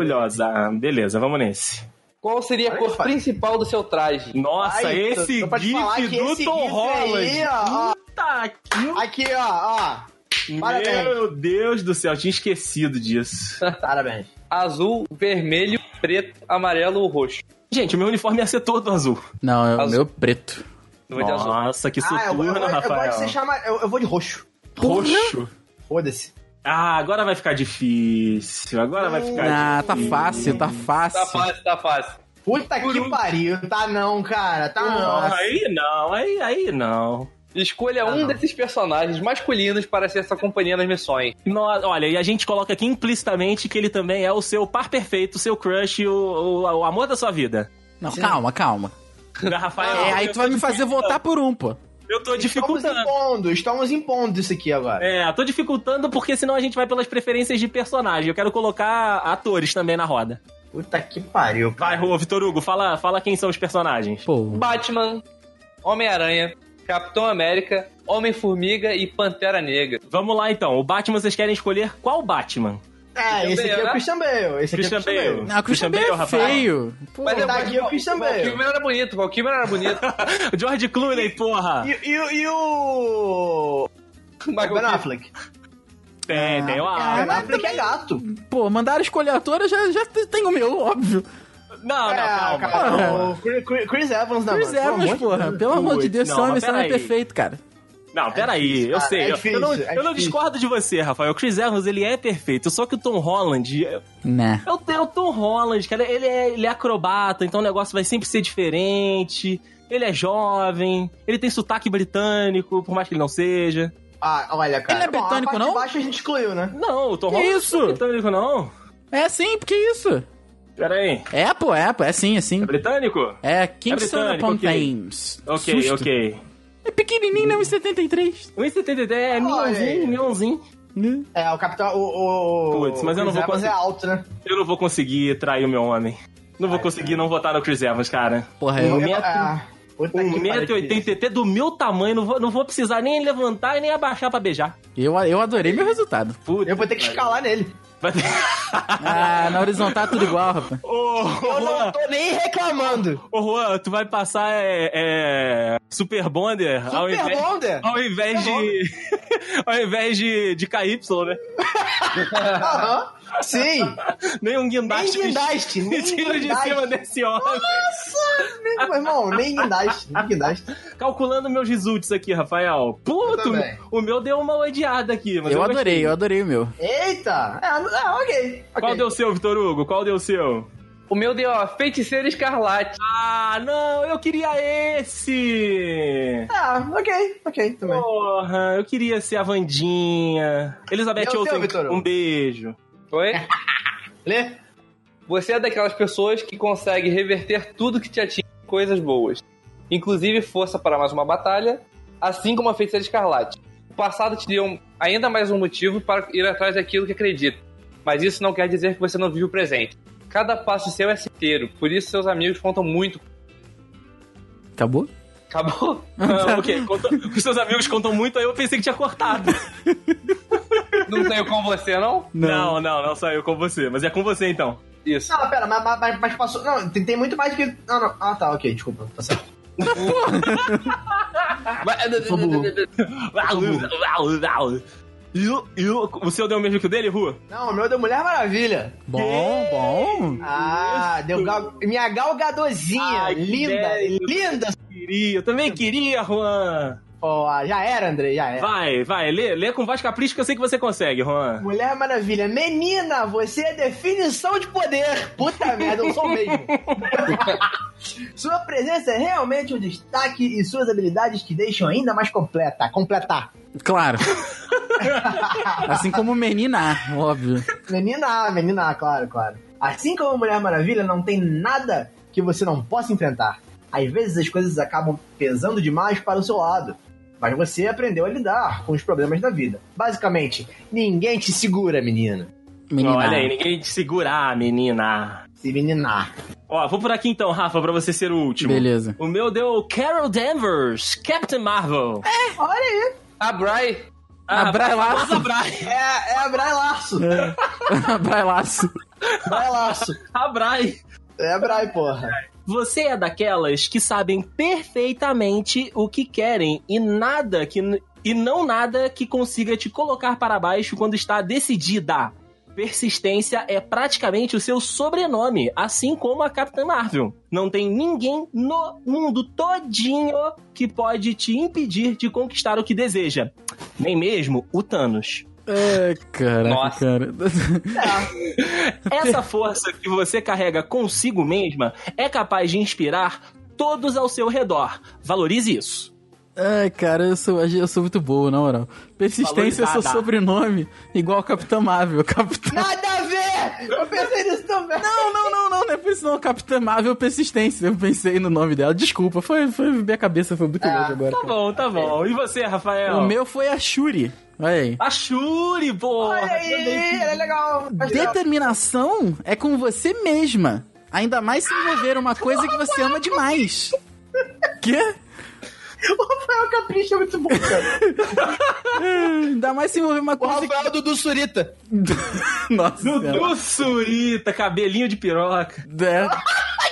Speaker 3: Orgulhosa. Beleza, vamos nesse.
Speaker 5: Qual seria a cor
Speaker 4: Olha,
Speaker 5: principal do seu traje?
Speaker 3: Nossa,
Speaker 4: Ai, tô-
Speaker 3: esse
Speaker 4: tô pra te falar
Speaker 3: gif
Speaker 4: que
Speaker 3: do
Speaker 4: esse
Speaker 3: Tom
Speaker 4: gif
Speaker 3: Holland.
Speaker 4: aí, ó, ó.
Speaker 3: Puta que...
Speaker 4: Aqui, ó,
Speaker 3: *laughs*
Speaker 4: Parabéns.
Speaker 3: Meu Deus do céu, eu tinha esquecido disso.
Speaker 4: ó. Parabéns.
Speaker 5: Azul, vermelho, preto, amarelo ou roxo?
Speaker 3: Gente, o meu uniforme ia ser todo azul.
Speaker 2: Não, é o
Speaker 5: Azul.
Speaker 2: meu preto.
Speaker 5: Não vou de azul. Tá
Speaker 3: Nossa, que
Speaker 4: Ah, eu, eu,
Speaker 3: soturno,
Speaker 4: eu, eu gosto
Speaker 3: Rafael.
Speaker 4: de ser chama... eu, eu vou de roxo.
Speaker 3: Roxo.
Speaker 4: Foda-se.
Speaker 3: Ah, agora vai ficar difícil. Agora vai ficar
Speaker 2: Ah, tá fácil, tá
Speaker 5: Tá
Speaker 2: fácil.
Speaker 5: fácil, tá fácil.
Speaker 4: Puta que
Speaker 3: um
Speaker 4: pariu. Tá não, cara. Tá
Speaker 3: difícil.
Speaker 4: não.
Speaker 3: Aí não, aí, aí Ah, não.
Speaker 5: Escolha um desses personagens masculinos para ser sua companhia nas missões.
Speaker 3: No- olha, e a gente coloca aqui implicitamente que ele também é o seu par perfeito, o seu crush, o, o- o amor da sua vida.
Speaker 2: Não, calma, calma.
Speaker 3: Rafael,
Speaker 2: É, aí
Speaker 3: eu
Speaker 2: tu vai
Speaker 3: tô
Speaker 2: me fazer
Speaker 3: dificultando.
Speaker 2: votar por um, pô.
Speaker 3: Eu tô
Speaker 4: Estamos
Speaker 3: dificultando.
Speaker 4: impondo, estamos impondo isso aqui agora.
Speaker 3: É, tô dificultando porque senão a gente vai pelas preferências de personagem. Eu quero colocar atores também na roda.
Speaker 4: Puta que pariu.
Speaker 3: Vai, Rô, Vitor Hugo, fala, fala quem são os personagens.
Speaker 2: Pô.
Speaker 5: Batman, Homem-Aranha, Capitão América, Homem-Formiga e Pantera Negra.
Speaker 3: Vamos lá então. O Batman, vocês querem escolher qual Batman? *laughs*
Speaker 4: Ah,
Speaker 5: Christian
Speaker 4: esse aqui é
Speaker 5: Bale,
Speaker 4: o Christian Bale. Esse aqui é
Speaker 3: né? Christian
Speaker 4: o Christian
Speaker 3: Bale.
Speaker 4: Bale.
Speaker 2: Não, o Christian
Speaker 3: Christian
Speaker 2: Bale
Speaker 3: Bale,
Speaker 2: é
Speaker 3: Rafael.
Speaker 2: feio. Pô.
Speaker 5: Mas é eu
Speaker 4: tá
Speaker 5: gosto
Speaker 4: aqui
Speaker 5: de-
Speaker 4: o Christian
Speaker 5: Val
Speaker 4: Bale.
Speaker 5: Kilmer era bonito, Val Kilmer
Speaker 4: *laughs*
Speaker 5: era bonito.
Speaker 3: O George Clooney, porra!
Speaker 4: E, e, e o.
Speaker 5: Michael
Speaker 4: Ben Affleck.
Speaker 3: Tem, tem.
Speaker 4: Ben
Speaker 3: Ah,
Speaker 2: mas
Speaker 4: Affleck é
Speaker 2: também-
Speaker 4: gato.
Speaker 2: Pô, mandaram escolher ator, eu já, já tem o meu, óbvio.
Speaker 3: não, não,
Speaker 4: é,
Speaker 3: calma.
Speaker 4: cara,
Speaker 2: calma.
Speaker 4: o Chris- Chris- Chris Evans, né, não.
Speaker 2: Chris Evans, é, porra. Pelo amor de Deus,
Speaker 3: Não,
Speaker 2: seu homem
Speaker 3: mas
Speaker 2: seu homem é
Speaker 3: peraí.
Speaker 2: perfeito, cara.
Speaker 3: Não, peraí,
Speaker 4: difícil,
Speaker 3: eu
Speaker 4: cara,
Speaker 3: sei.
Speaker 4: é
Speaker 3: eu- eu
Speaker 4: difícil,
Speaker 3: não,
Speaker 4: é
Speaker 3: eu não
Speaker 4: difícil.
Speaker 3: discordo de você, Rafael. O Chris Evans, ele é perfeito. Só que o Tom Holland... É
Speaker 2: Né.
Speaker 3: é o, é o Tom Holland, cara. Ele é, ele é acrobata, então o negócio vai sempre ser diferente. Ele é jovem, ele tem sotaque britânico, por mais que ele não seja.
Speaker 4: Ah, olha, cara.
Speaker 2: Ele é
Speaker 4: Bom, a
Speaker 2: britânico,
Speaker 4: parte
Speaker 2: não?
Speaker 4: de baixo a gente excluiu, né?
Speaker 3: Não, o Tom
Speaker 2: Que
Speaker 3: Holland
Speaker 2: isso?
Speaker 3: não é britânico, não.
Speaker 2: É sim, porque isso?
Speaker 3: Pera aí.
Speaker 2: É, pô, é, pô, é sim, é sim.
Speaker 3: É britânico?
Speaker 2: É Kingston
Speaker 3: britânico,
Speaker 2: upon
Speaker 3: ok.
Speaker 2: Thames.
Speaker 3: Ok,
Speaker 2: Susto.
Speaker 3: ok.
Speaker 2: É pequenininho, né? 1,73.
Speaker 3: 1,73 é
Speaker 4: aí.
Speaker 3: mionzinho, mionzinho.
Speaker 2: Né?
Speaker 4: É, o Capitão. O, o,
Speaker 3: Puts, mas eu
Speaker 4: o
Speaker 3: não vou
Speaker 4: Chris Evans
Speaker 3: conseguir.
Speaker 4: é alto, né?
Speaker 3: Eu não vou conseguir trair o meu homem. Não vou conseguir não votar no Chris Evans, cara.
Speaker 2: Porra, eu...
Speaker 3: Um metro-
Speaker 4: Ah, puta que pariu,
Speaker 3: 1,80m até do meu tamanho, não vou, não vou precisar nem levantar e nem abaixar pra beijar.
Speaker 2: Eu, eu adorei meu resultado.
Speaker 3: Puta.
Speaker 4: Eu vou ter que escalar nele.
Speaker 3: Vai *laughs* ter-
Speaker 2: Ah, na horizontal tudo igual, rapaz.
Speaker 3: Ô,
Speaker 4: Eu não
Speaker 3: Juan,
Speaker 4: tô nem reclamando.
Speaker 3: ô, Juan, tu vai passar é, é, Super Bonder ao
Speaker 4: Super
Speaker 3: invés, *laughs*
Speaker 4: Bonder?
Speaker 3: ao invés de. *laughs* ao invés de, de KY, né?
Speaker 4: Aham. Sim.
Speaker 3: Nem um guindaste.
Speaker 4: Nem
Speaker 3: *laughs*
Speaker 4: guindaste, nem
Speaker 3: Tira de
Speaker 4: guindaste.
Speaker 3: cima desse homem.
Speaker 4: Nossa, nem- meu irmão, nem guindaste, nem guindaste.
Speaker 3: Calculando meus results aqui, Rafael. Puto,
Speaker 4: Eu também.
Speaker 3: o meu deu uma odiada aqui. Mas
Speaker 2: Eu
Speaker 3: eu, gostei.
Speaker 2: adorei, eu adorei o meu.
Speaker 4: Eita! É, ah, ok. ok.
Speaker 3: Qual deu o seu, Vitor Hugo? Qual deu o seu?
Speaker 5: O meu deu, ó, Feiticeira Escarlate.
Speaker 3: Ah, não, eu queria esse!
Speaker 4: Ah, ok, ok, também.
Speaker 3: Porra, eu queria ser a Vandinha. Elizabeth
Speaker 4: E o teu,
Speaker 3: Olsen,
Speaker 4: Vitor Hugo?
Speaker 3: um *laughs* beijo.
Speaker 5: Oi?
Speaker 4: Lê?
Speaker 5: Você é daquelas pessoas que consegue reverter tudo que te atinge em coisas boas. Inclusive força para mais uma batalha, assim como a Feiticeira Escarlate. O passado te deu um- ainda mais um motivo para ir atrás daquilo que acredita. Mas isso não quer dizer que você não vive o presente. Cada passo seu é certeiro, por isso seus amigos contam muito.
Speaker 2: Acabou?
Speaker 5: Acabou? *laughs*
Speaker 3: Ah, ok, *laughs* contou- os seus amigos contam muito, aí eu pensei que tinha cortado.
Speaker 5: Não tenho com você, não?
Speaker 3: Não, não, não, só eu com você. Mas é com você então.
Speaker 5: Isso.
Speaker 4: Não, pera, mas, mas- mas passou. Não, tem, tem muito mais que. Não, não. Ah, tá, ok, desculpa. Tá certo.
Speaker 5: Vai-
Speaker 3: Iu, iu, O seu deu o mesmo que o dele, Ru?
Speaker 4: Não, o meu deu Mulher Maravilha.
Speaker 2: Bom, bom.
Speaker 4: Ah, deu gal... minha galgadorzinha.
Speaker 3: Ai, que
Speaker 4: linda,
Speaker 3: velho.
Speaker 4: linda.
Speaker 3: Queria, eu também queria, Juan.
Speaker 4: Pô, ah, já era, André, já era.
Speaker 3: É. Vai, vai, lê, lê com voz capricho que eu sei que você consegue, Juan.
Speaker 4: Mulher Maravilha, menina, você é definição de poder. Puta *laughs* merda, eu sou mesmo. Sua presença é realmente um destaque e suas habilidades te deixam ainda mais completa. Completar.
Speaker 2: *laughs* Claro. Assim como menina, óbvio.
Speaker 4: Menina A, menina A, claro, claro. Assim como Mulher Maravilha, não tem nada que você não possa enfrentar. Às vezes as coisas acabam pesando demais para o seu lado. Mas você aprendeu a lidar com os problemas da vida. Basicamente, ninguém te segura, menina.
Speaker 2: Menina.
Speaker 3: Olha aí, ninguém te segurar, menina.
Speaker 4: Se meninar.
Speaker 3: Ó, vou por aqui então, Rafa, pra você ser o último.
Speaker 2: Beleza.
Speaker 3: O meu deu Carol Danvers, Captain Marvel.
Speaker 4: Olha aí.
Speaker 5: A Ah, Bry.
Speaker 3: Ah,
Speaker 2: A Bry
Speaker 3: famosa
Speaker 2: Larson.
Speaker 3: Bry.
Speaker 4: É, é a Brailaço. É.
Speaker 2: A *laughs* Bry Larson.
Speaker 4: Brailaço.
Speaker 3: A Bry.
Speaker 4: É a Brai, porra.
Speaker 3: Você é daquelas que sabem perfeitamente o que querem e nada que e não nada que consiga te colocar para baixo quando está decidida. Persistência é praticamente o seu sobrenome, assim como a Capitã Marvel. Não tem ninguém no mundo todinho que pode te impedir de conquistar o que deseja. Nem mesmo o Thanos.
Speaker 2: É, caraca,
Speaker 5: Nossa.
Speaker 2: cara. *laughs*
Speaker 3: Essa força que você carrega consigo mesma é capaz de inspirar todos ao seu redor. Valorize isso.
Speaker 2: Ai, cara, eu sou, eu sou muito boa, na moral. Persistência é seu
Speaker 3: Valorizada.
Speaker 2: sobrenome, igual Capitã Marvel. Capitã...
Speaker 4: Nada a ver! Eu pensei nisso também.
Speaker 2: Não, não, não, não, não é por isso não. Capitã Marvel Persistência. Eu pensei no nome dela. Desculpa, foi, foi minha cabeça, foi muito longe agora.
Speaker 3: Tá bom, então. tá bom. E você, Rafael?
Speaker 2: O meu foi a Shuri. Olha aí.
Speaker 3: A Shuri, porra!
Speaker 4: Olha aí, era é legal.
Speaker 3: Ah, tá.
Speaker 4: Mas não.
Speaker 2: Determinação é com você mesma. Ainda mais se envolver uma coisa que você ama
Speaker 3: *laughs*
Speaker 2: demais. Quê?
Speaker 4: O Rafael Capricho é muito bom, cara.
Speaker 2: Ainda mais se envolver uma
Speaker 7: O
Speaker 2: coisa que...
Speaker 7: Rafael Dudu Surita.
Speaker 2: Nossa, cara.
Speaker 3: Dudu Surita, cabelinho de piroca.
Speaker 2: É.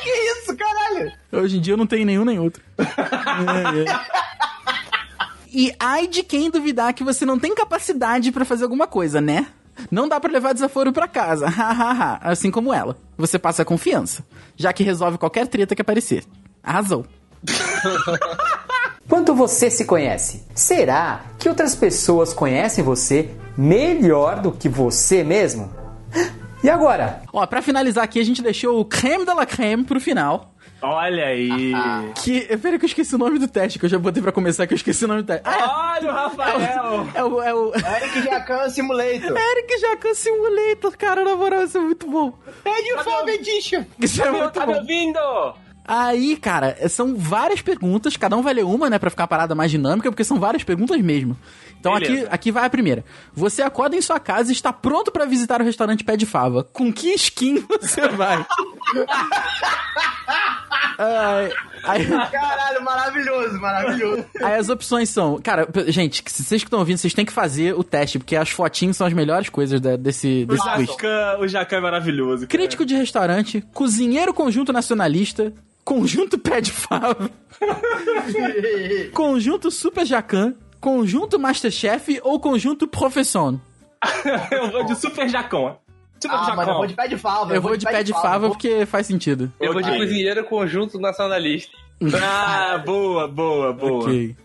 Speaker 4: que isso, caralho?
Speaker 2: Hoje em dia eu não tenho nenhum nem outro. É, é. *laughs* E ai de quem duvidar que você não tem capacidade pra fazer alguma coisa, né? Não dá pra levar desaforo pra casa, *laughs* hahaha, assim como ela. Você passa confiança, já que resolve qualquer treta que aparecer. Arrasou.
Speaker 6: Quanto você se conhece? Será que outras pessoas conhecem você melhor do que você mesmo? E agora?
Speaker 2: Ó, pra finalizar aqui, a gente deixou o creme de la creme pro final.
Speaker 3: Olha *laughs* aí.
Speaker 2: Que. Peraí, que eu esqueci o nome do teste, que eu já botei pra começar, que eu esqueci o nome do teste. Ah,
Speaker 3: Olha o Rafael!
Speaker 2: é o. É o, é o...
Speaker 4: Eric Jacan Simulator.
Speaker 2: Eric Jacan Simulator, cara, na moral, isso é muito bom.
Speaker 7: Pede o Fome Edition.
Speaker 2: Isso é
Speaker 3: Meu,
Speaker 2: muito
Speaker 3: tá me
Speaker 2: bom.
Speaker 3: ouvindo?
Speaker 2: Aí, cara, são várias perguntas, cada um vai ler uma, né, pra ficar a parada mais dinâmica, porque são várias perguntas mesmo. Então aqui,
Speaker 3: Beleza.
Speaker 2: aqui vai a primeira. Você acorda em sua casa e está pronto pra visitar o restaurante Pé de Fava. Com que skin você vai? *laughs* Ai, aí,
Speaker 4: Caralho, maravilhoso, maravilhoso.
Speaker 2: aí as opções são... Cara, p- gente, se vocês que estão ouvindo, vocês têm que fazer o teste, porque as fotinhas são as melhores coisas da- desse,
Speaker 3: O
Speaker 2: desse quiz.
Speaker 3: Jacan, o Jacan é maravilhoso. cara.
Speaker 2: Crítico de restaurante, cozinheiro conjunto nacionalista, conjunto Pé de *laughs* Fava... Conjunto Super Jacan, Conjunto Masterchef ou Conjunto Professon?
Speaker 3: Eu vou de Super Jacão. Super
Speaker 4: ah,
Speaker 3: Jacão.
Speaker 4: mano, eu vou de pé de fava.
Speaker 2: Eu, vou de pé de fava porque faz sentido.
Speaker 5: Eu vou de
Speaker 3: Ok.
Speaker 5: cozinheiro conjunto nacionalista.
Speaker 3: Ah, boa, boa, boa.
Speaker 2: Ok.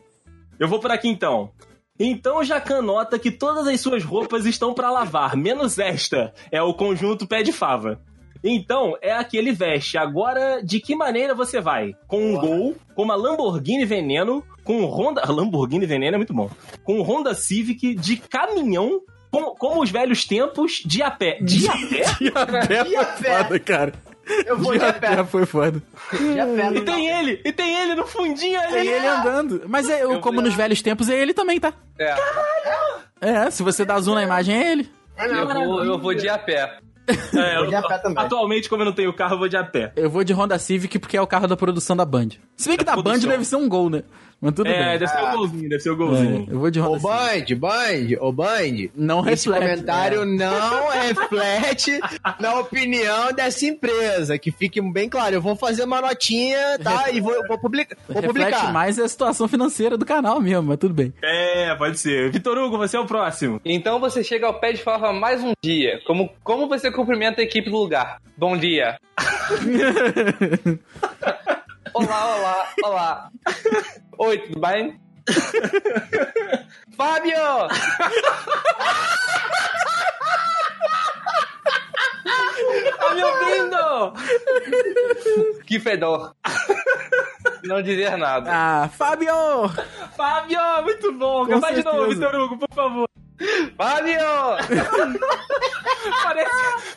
Speaker 3: Eu vou por aqui então. Então o Jacan nota que todas as suas roupas estão pra lavar, menos esta. É o conjunto pé de fava. Então, é a que ele veste. Agora, de que maneira você vai? Com um gol, com uma Lamborghini Veneno, com um Honda... *laughs* Lamborghini Veneno é muito bom. Com um Honda Civic, de caminhão, com- como os velhos tempos, de a pé. De a pé?
Speaker 2: *laughs* Diabé
Speaker 4: Diabé.
Speaker 2: foi foda, cara.
Speaker 4: Eu vou de a
Speaker 2: *laughs*
Speaker 4: pé.
Speaker 2: Diabé foi foda.
Speaker 4: De a pé.
Speaker 3: E
Speaker 4: não.
Speaker 3: tem ele! E tem ele no fundinho ali!
Speaker 2: É ele andando. Mas é, eu, como nos velhos tempos, é ele também, tá?
Speaker 5: É,
Speaker 2: É, se você dá zoom na imagem, é ele.
Speaker 5: eu vou, eu vou de a pé.
Speaker 3: É,
Speaker 4: vou de a pé também.
Speaker 3: Atualmente, como eu não tenho carro, eu vou de a pé.
Speaker 2: Eu vou de Honda Civic porque é o carro da produção da Band. Se bem que da Band
Speaker 3: produção.
Speaker 2: deve ser um gol, né? Mas tudo
Speaker 3: É,
Speaker 2: bem.
Speaker 3: deve ser um o golzinho, deve ser o
Speaker 2: É,
Speaker 3: golzinho.
Speaker 2: eu vou de
Speaker 7: Ô,
Speaker 2: Honda Civic.
Speaker 7: Band, Band, ô, Band.
Speaker 2: Não
Speaker 7: Esse
Speaker 2: Um reflete. é.
Speaker 7: comentário
Speaker 4: É.
Speaker 7: não *laughs* reflete na opinião dessa empresa. Que fique bem claro. Eu vou fazer uma notinha, tá? E vou, vou publica- vou
Speaker 2: Reflete
Speaker 7: publicar.
Speaker 2: mais a situação financeira do canal mesmo, mas tudo bem.
Speaker 3: É, pode ser. Vitor Hugo, você é o próximo.
Speaker 5: Então você chega ao pé de fava mais um dia. Como, como você cumprimenta a equipe do lugar? Bom dia. olá, olá, olá. Oi, tudo bem? Fábio!
Speaker 3: Tá me ouvindo?
Speaker 5: Que fedor. Não dizer nada.
Speaker 2: Ah, Fábio!
Speaker 3: Fábio, muito bom.
Speaker 2: Com
Speaker 3: Vai de novo,
Speaker 2: certeza.
Speaker 3: Vitor Hugo, por favor.
Speaker 5: Fábio!
Speaker 3: Parece,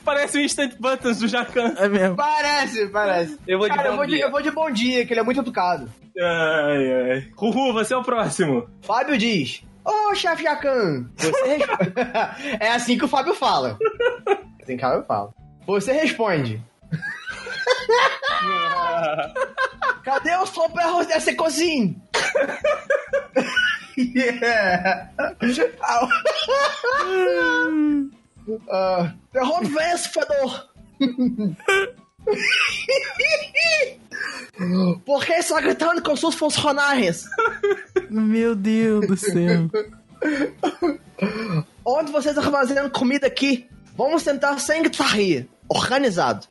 Speaker 3: parece o Instant Buttons do Jacan.
Speaker 2: É mesmo.
Speaker 4: Parece, parece.
Speaker 5: Eu vou de
Speaker 4: Cara, eu
Speaker 5: bom
Speaker 4: vou de,
Speaker 5: dia.
Speaker 4: eu vou de bom dia, que ele é muito educado.
Speaker 3: Ai, ai. Ruhu, você é o próximo. *laughs*
Speaker 4: Fábio *laughs* diz: Ô, chefe Jacan, você. resp- é assim que o Fábio fala. Tem calma, eu falo. Você responde. Cadê o sopa e arroz dessa cozinha? *laughs* yeah. Ah, Derrota uh, esse fedor. *laughs* Por que só gritando como se fosse funcionários?
Speaker 2: Meu Deus
Speaker 7: *laughs*
Speaker 2: do céu.
Speaker 4: Onde vocês armazenam comida aqui? Vamos tentar sem guitarria. *laughs* Organizado.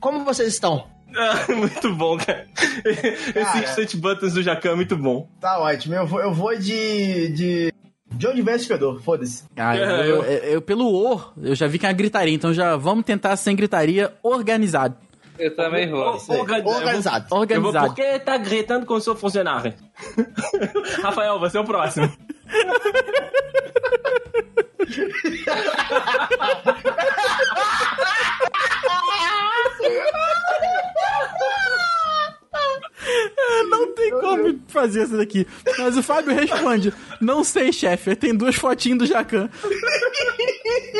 Speaker 4: Como vocês estão?
Speaker 3: Ah, muito bom, cara. Esse
Speaker 4: Cara.
Speaker 3: instant buttons do Jacan é muito bom.
Speaker 4: Tá ótimo. Eu vou, eu vou de. de. De onde vem esse fedor? Foda-se.
Speaker 2: Ah, eu, eu- eu- pelo or, eu já vi que é uma gritaria, então já vamos tentar sem gritaria organizado.
Speaker 5: Eu também vou.
Speaker 3: Orga- eu vou-
Speaker 4: Organizado.
Speaker 3: Eu vou,
Speaker 2: Organizado.
Speaker 3: por que tá gritando como se eu funcionário? *laughs* Rafael, você é o próximo.
Speaker 2: É, Não tem como fazer isso daqui. Mas o Fábio responde: Não sei, chefe. Aí Tem duas fotinhas do Jacan.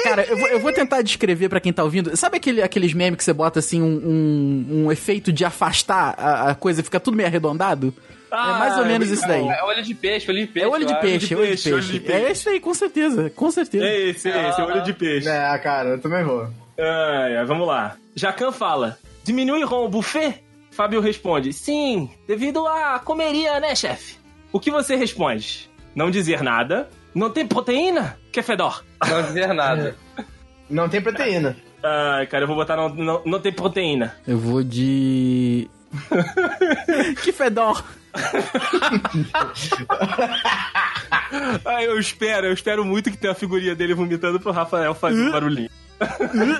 Speaker 2: Cara, eu vou, eu vou tentar descrever pra quem tá ouvindo. Sabe aquele, aqueles memes que você bota assim um, um, um efeito de afastar a, a coisa, fica tudo meio arredondado? é mais ou
Speaker 3: Ah,
Speaker 2: menos isso daí.
Speaker 5: É olho de peixe, olho de peixe.
Speaker 2: É olho de
Speaker 5: eu
Speaker 2: peixe, olho de
Speaker 3: peixe, olho
Speaker 2: peixe.
Speaker 3: de
Speaker 2: É
Speaker 3: peixe.
Speaker 2: esse aí, com certeza. Com certeza.
Speaker 3: É esse, é esse, é olho de peixe.
Speaker 4: É, cara, eu também vou.
Speaker 3: Ai, ai, vamos lá. Jacan fala: diminui ROM, buffet? Fábio responde: sim, devido à comeria, né, chefe? O que você responde? Não dizer nada. Não tem proteína? Que fedor.
Speaker 5: acho. Não dizer nada.
Speaker 2: É.
Speaker 4: Não tem proteína.
Speaker 3: Ai, cara, eu vou botar não, não, não tem proteína.
Speaker 2: Eu vou de. *laughs* que fedor!
Speaker 3: Ai, Ah, eu espero, eu espero muito que tenha a figurinha dele vomitando pro Rafael fazer um barulhinho. *laughs*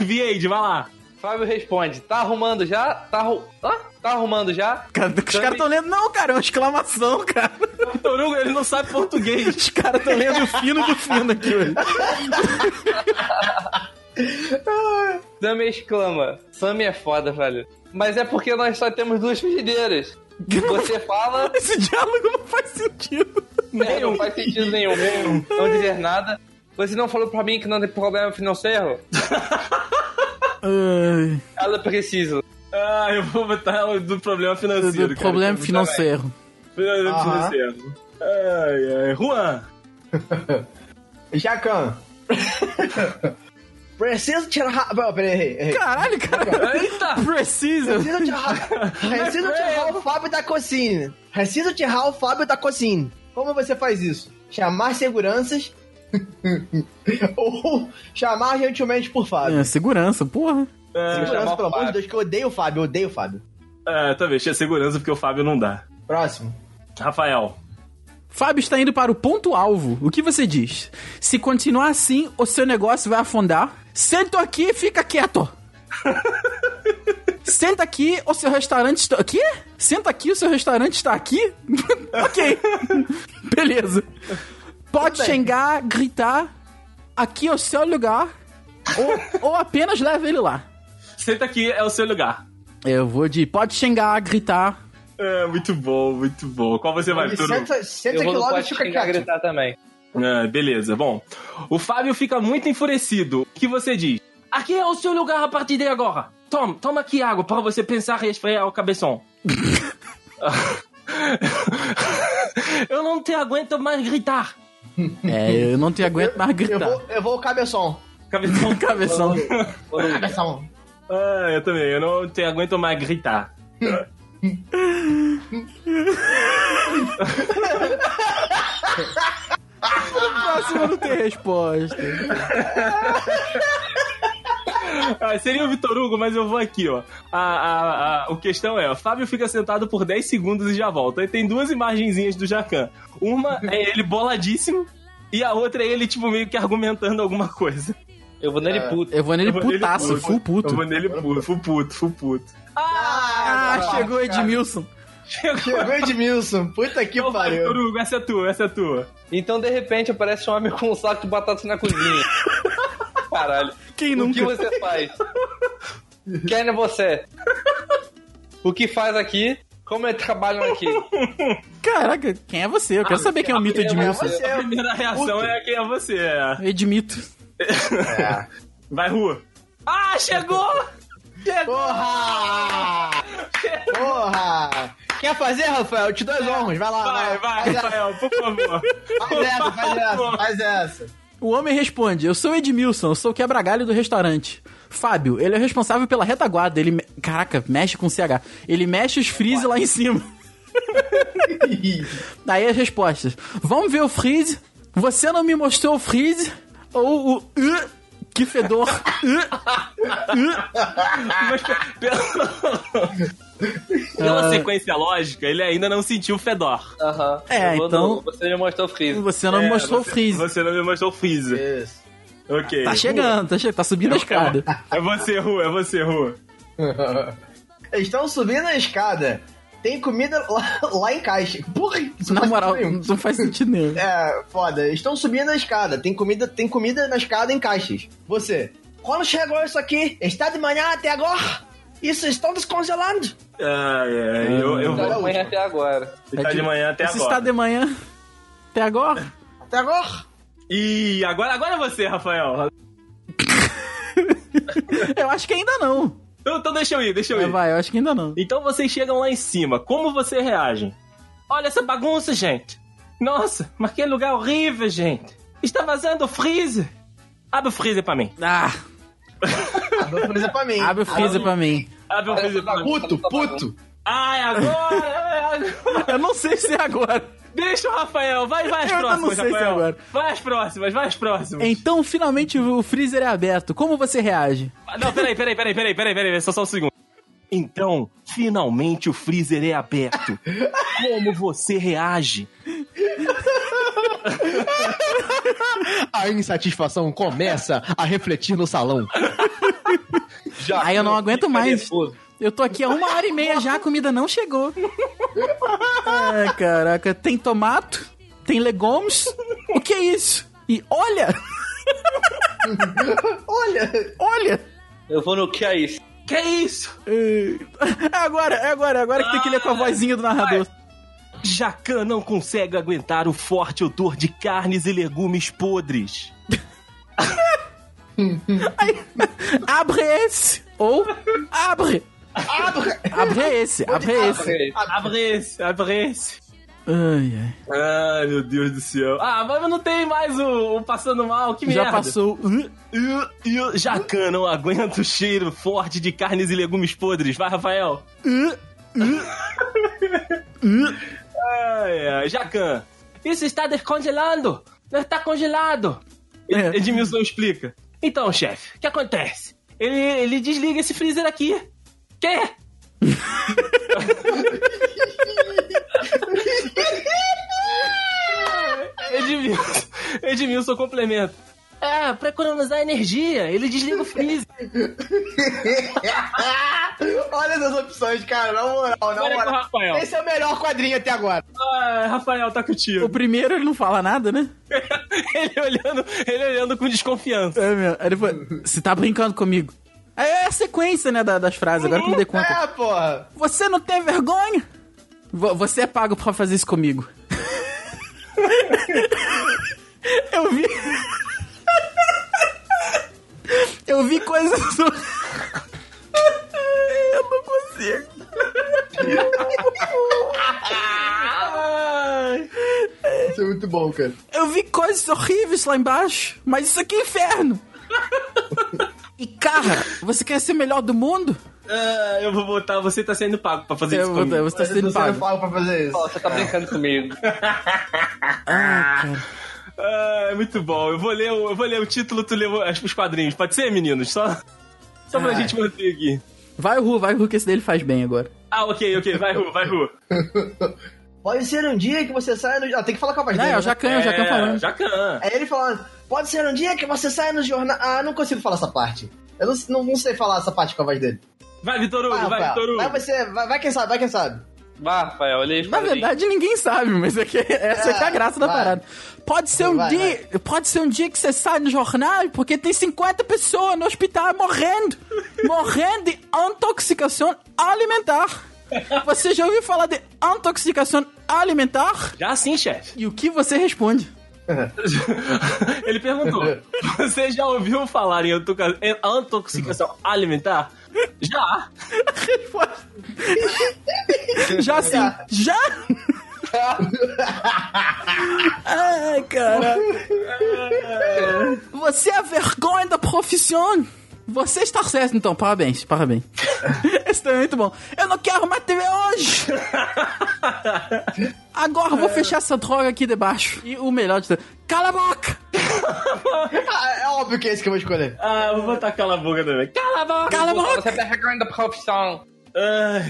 Speaker 3: Vieide, vai lá.
Speaker 5: Fábio responde: tá arrumando já? Tá, arru... Hã? tá arrumando já?
Speaker 2: Cara, os caras tão lendo. Não, cara, é uma exclamação, cara.
Speaker 3: O Torugo, Então, ele não sabe português.
Speaker 2: *laughs* Os caras tão lendo o fino do fino aqui, hoje.
Speaker 5: Sammy exclama: Sammy é foda, velho. Mas é porque nós só temos duas frigideiras.
Speaker 2: *laughs*
Speaker 5: Você fala,
Speaker 2: *laughs* Esse diálogo não faz sentido.
Speaker 5: é, não faz sentido nenhum. Não dizer nada. Você não falou pra mim que não tem problema financeiro?
Speaker 2: Ai,
Speaker 5: Ela precisa.
Speaker 3: Ah, eu vou botar o do problema financeiro.
Speaker 2: do
Speaker 3: cara.
Speaker 2: problema
Speaker 3: Vou botar
Speaker 2: financeiro.
Speaker 3: Problema
Speaker 4: Aham.
Speaker 3: financeiro. Ai, ai. Juan.
Speaker 4: Jacan. *laughs* Preciso tirar. ra- Não, peraí, errei, errei.
Speaker 2: Caralho, cara.
Speaker 5: Eita!
Speaker 2: Precisa.
Speaker 4: Preciso tirar.
Speaker 5: *laughs*
Speaker 4: Preciso tirar o Fábio da cozinha. Preciso tirar o Fábio da cozinha. Como você faz isso? Chamar seguranças. *laughs* Ou chamar gentilmente por Fábio.
Speaker 2: É, segurança, porra.
Speaker 5: Tem que
Speaker 4: Segurança,
Speaker 5: chamar
Speaker 4: pelo
Speaker 5: o
Speaker 4: amor de
Speaker 5: Fábio.
Speaker 4: Deus, que eu odeio o Fábio, eu odeio o Fábio.
Speaker 3: É, também, tinha segurança porque o Fábio não dá.
Speaker 4: Próximo.
Speaker 3: Rafael.
Speaker 2: Fábio está indo para o ponto-alvo. O que você diz? Se continuar assim, o seu negócio vai afundar. Senta aqui e fica quieto. Senta aqui, o seu restaurante está... Quê? Senta aqui, o seu restaurante está aqui? *laughs* ok. Beleza. Pode xingar, gritar. Aqui é o seu lugar. Ou, ou apenas leva ele lá.
Speaker 3: Senta aqui, é o seu lugar.
Speaker 2: Eu vou de pode xingar, gritar.
Speaker 3: É, muito bom, muito bom. Qual você vai,
Speaker 4: Ele
Speaker 3: Toru?
Speaker 4: senta, senta
Speaker 5: Eu
Speaker 4: aqui
Speaker 5: vou no
Speaker 4: logo e
Speaker 5: pote
Speaker 4: fica
Speaker 5: xingar
Speaker 4: quieto.
Speaker 5: gritar também.
Speaker 3: Ah, beleza, bom. O Fábio fica muito enfurecido. O que você diz? Aqui é o seu lugar a partir de agora. Tom, toma aqui água para você pensar e esfriar o cabeção. *laughs* Eu não te aguento mais gritar.
Speaker 2: É, eu não te aguento mais
Speaker 4: Eu
Speaker 2: gritar.
Speaker 4: vou, eu vou cabeção.
Speaker 3: Cabeção.
Speaker 2: Cabeção.
Speaker 4: Cabeção.
Speaker 3: *laughs* Ah, eu também, eu não te aguento mais gritar.
Speaker 2: Próximo não tem resposta.
Speaker 3: Ah, seria o Vitor Hugo, mas eu vou aqui, ó. A, a, a- o questão é, ó, Fábio fica sentado por 10 segundos e já volta. Aí tem duas imagenzinhas do Jacan. Uma é ele boladíssimo e a outra é ele, tipo, meio que argumentando alguma coisa.
Speaker 5: Eu vou
Speaker 4: É,
Speaker 5: nele puto.
Speaker 2: Eu vou nele
Speaker 3: Eu vou nele
Speaker 2: putaço,
Speaker 3: puto.
Speaker 2: full
Speaker 3: Eu
Speaker 2: puto.
Speaker 3: vou nele puto, fui puto, fui puto.
Speaker 2: Ah, chegou o Edmilson.
Speaker 4: Chegou Edmilson. Puta que
Speaker 3: Então vai, Vitor
Speaker 4: pariu.
Speaker 3: Hugo, essa é tua, essa é tua.
Speaker 5: Então, de repente, aparece um homem *laughs* com um saco de batatas na cozinha. *laughs* Caralho.
Speaker 2: Quem
Speaker 5: O que
Speaker 2: nunca?
Speaker 5: você faz? Quem é você? O que faz aqui? Como eles trabalham aqui?
Speaker 2: Caraca, quem é você?
Speaker 3: Ah,
Speaker 2: Eu quero saber quem é o mito
Speaker 5: quem é
Speaker 2: Edmilson.
Speaker 5: você?
Speaker 3: A primeira reação é quem é você. é.
Speaker 2: Edmito.
Speaker 3: Vai, rua. Ah, chegou! Chegou!
Speaker 7: Porra! Porra! Quer fazer, Rafael? Eu te dou as honras, vai
Speaker 4: Ah,
Speaker 7: lá.
Speaker 3: Vai, vai,
Speaker 4: é.
Speaker 7: Faz essa,
Speaker 3: Rafael, por favor.
Speaker 7: faz
Speaker 3: *laughs*
Speaker 7: essa, faz essa,
Speaker 3: favor.
Speaker 7: faz essa.
Speaker 2: O homem responde: Eu sou o Edmilson, eu sou o quebra-galho do restaurante. Fábio, ele é responsável pela retaguarda. Ele. me- Caraca, mexe com CH. Ele mexe os freeze lá em
Speaker 3: *laughs*
Speaker 2: cima. Daí as respostas: Vamos ver o freeze. Você não me mostrou o freeze. Ou o. "Ugh, Que
Speaker 3: *laughs*
Speaker 2: fedor. Ugh."
Speaker 3: Mas pe- pela-
Speaker 2: Ah.
Speaker 3: Pela sequência lógica, ele ainda não sentiu o fedor.
Speaker 5: Aham.
Speaker 2: É,
Speaker 5: Eu vou no-
Speaker 2: então-
Speaker 5: Você já mostrou o freezer.
Speaker 2: Você não me
Speaker 3: É,
Speaker 2: mostrou o
Speaker 3: você-
Speaker 2: freeze.
Speaker 3: Você não me mostrou o freezer.
Speaker 4: *laughs*
Speaker 7: Isso.
Speaker 3: Ok.
Speaker 2: Tá chegando, tá, che... tá subindo a escada.
Speaker 3: É você, Rua, é você, Rua.
Speaker 4: Estão subindo a escada. Tem comida lá, lá em caixa. Porra, isso
Speaker 2: Na
Speaker 4: faz
Speaker 2: moral,
Speaker 4: sentido nenhum.
Speaker 2: não faz sentido nenhum.
Speaker 4: É, foda. Estão subindo a escada. Tem comida, tem comida na escada em caixas. Você. Quando chegou isso aqui? Está de manhã até agora? Isso estão descongelando.
Speaker 3: Ah, é, eu, eu
Speaker 5: Tá
Speaker 3: vou.
Speaker 5: ruim até agora.
Speaker 3: Tá de manhã até
Speaker 2: Esse
Speaker 3: agora.
Speaker 2: está de manhã. Até agora?
Speaker 4: Até agora?
Speaker 3: E agora, agora é você, Rafael.
Speaker 2: Eu acho que ainda não.
Speaker 3: Então, então deixa eu ir, deixa eu
Speaker 2: Mas
Speaker 3: ir.
Speaker 2: vai, eu acho que ainda não.
Speaker 3: Então vocês chegam lá em cima. Como vocês reagem? Olha essa bagunça, gente. Nossa, mas que lugar horrível, gente. Está vazando o freezer. Abre o freezer pra mim.
Speaker 2: Ah,
Speaker 4: Abre o freezer pra mim.
Speaker 2: abre
Speaker 5: Ah,
Speaker 2: o freezer pra mim.
Speaker 3: Abre o freezer pra mim.
Speaker 4: Puto, puto.
Speaker 3: Ai, agora, é agora.
Speaker 2: Eu não sei se é agora.
Speaker 3: Deixa o Rafael. Vai, vai às
Speaker 2: Eu ainda não
Speaker 3: próximas,
Speaker 2: sei se é
Speaker 3: Rafael.
Speaker 2: agora.
Speaker 3: Vai às próximas, vai às próximas.
Speaker 2: Então, finalmente o freezer é aberto. Como você reage?
Speaker 3: Ah, Não, peraí, peraí, peraí, peraí, peraí, peraí, só, só um segundo. Então, finalmente o freezer é aberto. Como você reage?
Speaker 7: A insatisfação começa a refletir no salão.
Speaker 5: Já.
Speaker 2: Aí eu não aguento mais.
Speaker 5: nervoso.
Speaker 2: Eu tô aqui há uma hora e meia já, a comida não chegou. Ai, caraca. Tem tomato, tem legumes. O que é isso? E olha,
Speaker 4: Olha. *laughs*
Speaker 2: olha.
Speaker 5: Eu vou no que é isso?
Speaker 3: Que isso?
Speaker 2: É agora, é agora, é agora que tem que ler com
Speaker 5: Ah,
Speaker 2: a vozinha do narrador.
Speaker 3: Jacan não consegue aguentar o forte odor de carnes e legumes podres.
Speaker 2: Abre esse. Ou abre. Abre esse, abre esse.
Speaker 5: Ok.
Speaker 3: Abre-se, abre-se.
Speaker 2: Ai,
Speaker 3: Ai, meu Deus do céu. Ah, mas não tem mais o, o passando mal, que
Speaker 2: ai. Já
Speaker 3: merda.
Speaker 2: passou. Uh,
Speaker 3: E- e o Jacan não aguenta o cheiro forte de carnes e legumes podres. Vai, Rafael. *laughs* Ai, ai. Jacan, isso está descongelando. Está congelado.
Speaker 2: É.
Speaker 3: Edmilson explica. Então, chefe, o que acontece? Ele, ele desliga esse freezer aqui. Quê? Edmilson, Edmilson complementa. Ah, pra economizar energia, ele desliga o *laughs* freezer.
Speaker 4: Olha essas opções, cara. Na moral, na
Speaker 3: Olha com o
Speaker 4: moral.
Speaker 3: Rafael.
Speaker 7: Esse é o melhor quadrinho até agora.
Speaker 3: Ah, Rafael tá
Speaker 2: *laughs*
Speaker 3: contigo.
Speaker 2: o primeiro ele não fala nada, né?
Speaker 3: ele, olhando, ele olhando com desconfiança.
Speaker 2: É, meu. Aí ele falou, você tá brincando comigo. Aí é a sequência, né, da- das frases, agora que eu me dei conta.
Speaker 4: É, porra.
Speaker 2: Você não tem vergonha? Vo- Você é pago pra fazer isso comigo. *laughs* eu vi... *laughs* eu vi coisas... do- eu não consigo.
Speaker 7: Isso é muito bom, cara.
Speaker 2: Eu vi coisas horríveis lá embaixo, mas isso aqui é inferno. E cara, você quer ser o melhor do mundo?
Speaker 3: Ah, eu vou botar, você tá sendo pago pra fazer
Speaker 2: Eu
Speaker 3: isso
Speaker 2: vou-
Speaker 3: comigo.
Speaker 2: você tá
Speaker 4: Eu tô
Speaker 2: sendo
Speaker 4: sendo
Speaker 2: pago.
Speaker 4: pago pra fazer isso.
Speaker 5: Você tá brincando comigo.
Speaker 3: Ah, é muito bom. Eu vou ler o, eu vou ler o título, tu lê o- as- os quadrinhos. Pode ser, meninos? Só, só pra gente manter aqui.
Speaker 2: Vai o Ru, vai o Ru, que esse dele faz bem agora.
Speaker 3: Ah, ok, ok. Vai, Ru, vai, Ru.
Speaker 4: Pode ser um dia que você saia no... Ah, tem que falar com a voz
Speaker 2: Não,
Speaker 4: dele,
Speaker 2: é o
Speaker 4: né?
Speaker 2: Jacan, é o Jacan falando.
Speaker 3: Jacan.
Speaker 4: É ele falando, pode ser um dia que você saia no jornal... Ah, não consigo falar essa parte. Eu não, não- não sei falar essa parte com a voz dele.
Speaker 3: Vai, Vitor
Speaker 4: Vai,
Speaker 3: Hugo, vai,
Speaker 4: Rafael.
Speaker 3: Vitor Hugo.
Speaker 4: Vai, você, vai, vai quem sabe, vai quem sabe.
Speaker 5: Vá, Rafael, olha aí.
Speaker 2: Na
Speaker 5: fala aí.
Speaker 2: verdade, ninguém sabe, mas é que *laughs* essa é, que é a graça da
Speaker 4: vai.
Speaker 2: parada. Pode ser um
Speaker 4: Vai,
Speaker 2: dia, pode ser um dia que você sai no jornal porque tem 50 pessoas no hospital morrendo, morrendo de intoxicação alimentar. Você já ouviu falar de intoxicação alimentar?
Speaker 3: Já sim, chefe. *laughs*
Speaker 2: E o que você responde?
Speaker 3: Ele
Speaker 4: *laughs*
Speaker 3: perguntou: Você já ouviu falar em intoxica- em intoxicação alimentar? Já.
Speaker 2: Já sim. Já? Ai, cara. Você é a vergonha da profissão. Você está certo, então. Parabéns, parabéns. Esse também é muito bom. Eu não quero mais TV hoje. Agora eu vou fechar essa droga aqui debaixo. E o melhor de tudo... Cala a boca!
Speaker 4: Ah, é óbvio que é esse que eu vou escolher.
Speaker 3: Ah, eu vou botar aquela boca também.
Speaker 5: Cala a boca!
Speaker 2: Cala a boca!
Speaker 5: Você é a vergonha da profissão.
Speaker 3: Ah,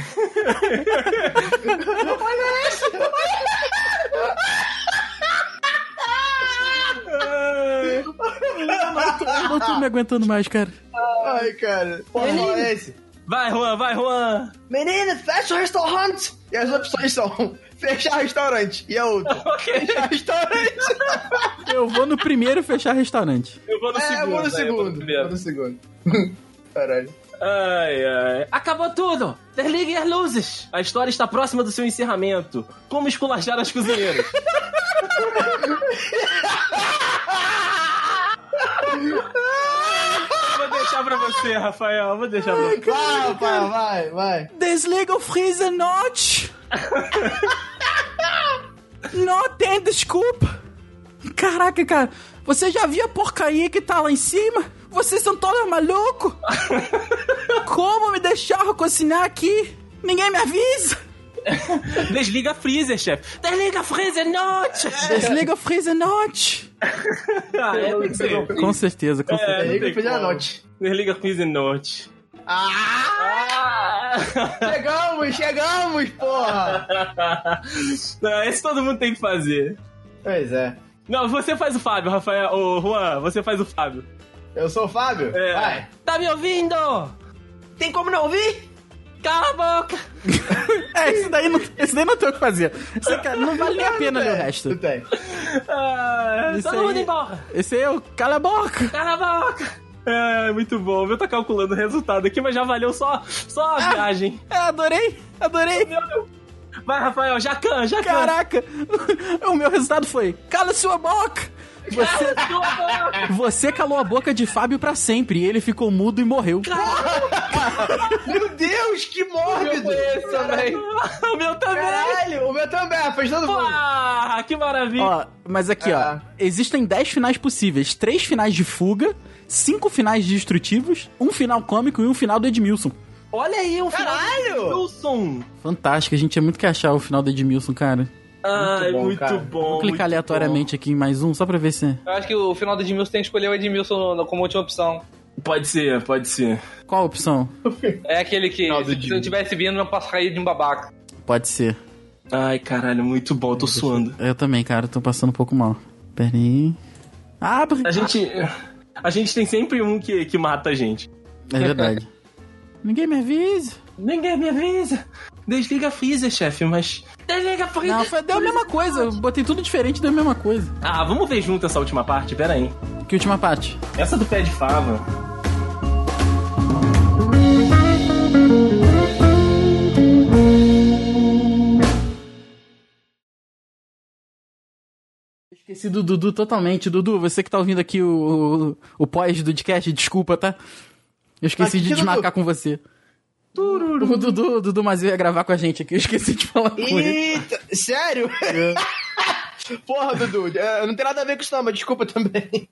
Speaker 2: Eu não tô me aguentando mais, cara.
Speaker 3: Ah.
Speaker 4: Ai, cara. Pode falar esse?
Speaker 3: Vai, Juan, vai, Juan.
Speaker 4: Menina, fecha o restaurante! E as opções são *laughs* fechar restaurante. E a outra, É,
Speaker 3: Ok,
Speaker 4: fechar *laughs* restaurante.
Speaker 2: Eu vou no primeiro fechar restaurante.
Speaker 3: eu vou no
Speaker 4: É, eu
Speaker 3: segundo.
Speaker 4: vou no
Speaker 3: vai, eu vou no
Speaker 4: segundo.
Speaker 3: primeiro.
Speaker 4: Vou no segundo. *laughs* Caralho.
Speaker 3: Ai, ai. Acabou tudo! Desligue as luzes! A história está próxima do seu encerramento. Como esculachar as cozinheiras? Vou deixar pra você, Rafael. Vou deixar pra você.
Speaker 4: Vai, Rafael, vai, vai.
Speaker 2: Desliga o freezer not! Não tem desculpa! Caraca, cara, você já viu a porcaria que tá lá em cima? Vocês são todos malucos! Como me deixaram cozinhar aqui? Ninguém me avisa!
Speaker 3: Desliga a freezer, chefe. Desliga a freezer, note!
Speaker 2: Desliga o freezer not!
Speaker 3: Ah, é, tem que ser.
Speaker 2: Com certeza, com certeza.
Speaker 3: É, não
Speaker 4: Liga
Speaker 3: tem
Speaker 4: e fiz a
Speaker 3: como.
Speaker 4: note.
Speaker 3: Desliga a freezer, note.
Speaker 4: Ah! *laughs* Chegamos, chegamos, porra!
Speaker 3: Não, esse todo mundo tem que fazer.
Speaker 4: Pois é.
Speaker 3: Não, você faz o Fábio, Rafael. Ô, Juan, você faz o Fábio.
Speaker 4: Eu sou o Fábio?
Speaker 3: É.
Speaker 4: Vai.
Speaker 3: Tá me ouvindo?
Speaker 4: Tem como não ouvir?
Speaker 3: Cala a boca!
Speaker 2: É, esse daí não, esse daí não tem o que fazer. Esse cara, não vale nem a pena ler o
Speaker 4: Tu
Speaker 2: resto.
Speaker 4: tem.
Speaker 3: Ah,
Speaker 2: Isso
Speaker 3: todo mundo
Speaker 2: aí.
Speaker 3: embora!
Speaker 2: Esse aí é o cala a boca!
Speaker 3: Cala a boca! É, muito bom. Eu tô calculando o resultado aqui, mas já valeu só, só a viagem.
Speaker 2: Ah, adorei, adorei!
Speaker 3: Vai, Rafael, Jacan, Jacan!
Speaker 2: Caraca, *laughs* o meu resultado foi: cala sua boca! Você, você calou a boca de Fábio pra sempre e ele ficou mudo e morreu.
Speaker 4: Meu Deus, que mórbido!
Speaker 5: Esse também.
Speaker 3: *laughs* o meu também!
Speaker 4: Caralho, o meu também, fez todo mundo.
Speaker 3: Porra, que maravilha!
Speaker 2: Ó, mas aqui, ó:
Speaker 4: Ah.
Speaker 2: existem 10 finais possíveis: 3 finais de fuga, 5 finais destrutivos, um final cômico e um final do Edmilson.
Speaker 3: Olha aí o final
Speaker 4: Caralho!
Speaker 3: do Wilson!
Speaker 2: Fantástico, a gente tinha muito que achar o final do Edmilson, cara.
Speaker 3: Ai,
Speaker 4: bom,
Speaker 3: muito
Speaker 4: cara.
Speaker 3: bom.
Speaker 2: Vou clicar
Speaker 3: muito
Speaker 2: aleatoriamente aqui em mais um, só pra ver se.
Speaker 5: Eu acho que o final do Edmilson tem que escolher o Edmilson no- no- como última opção.
Speaker 3: bom. Pode ser, pode ser.
Speaker 2: Qual a opção?
Speaker 5: É aquele que,
Speaker 4: Final do
Speaker 5: se eu
Speaker 4: Edmilson.
Speaker 5: tivesse vindo, eu passaria de um babaca.
Speaker 2: Pode ser.
Speaker 3: Ai, caralho, muito bom, tô suando.
Speaker 2: Eu também, cara, tô passando um pouco mal. Pera aí. Ah, Abre!
Speaker 3: A gente. A gente tem sempre um que, que mata a gente.
Speaker 2: É verdade. Ninguém me avisa.
Speaker 3: Ninguém me avisa. Desliga a freezer, chefe, mas. Desliga a freezer.
Speaker 2: Não, foi, deu a mesma coisa. Eu botei tudo diferente, deu a mesma coisa.
Speaker 3: Ah, vamos ver junto essa última parte? Pera aí.
Speaker 2: Que última parte.
Speaker 3: Essa do pé de fava.
Speaker 2: Esqueci do Dudu totalmente. Dudu, você que tá ouvindo aqui o, o, o pós do podcast, desculpa, tá? Eu esqueci
Speaker 4: Mas
Speaker 2: de
Speaker 4: que que
Speaker 2: desmarcar
Speaker 4: Dudu?
Speaker 2: com você. O Dudu, o Dudu Mazeu ia gravar com a gente aqui, eu esqueci de falar com ele.
Speaker 4: Eita, *laughs* sério? Porra, Dudu, é, não tem nada a ver com isso não, mas desculpa também.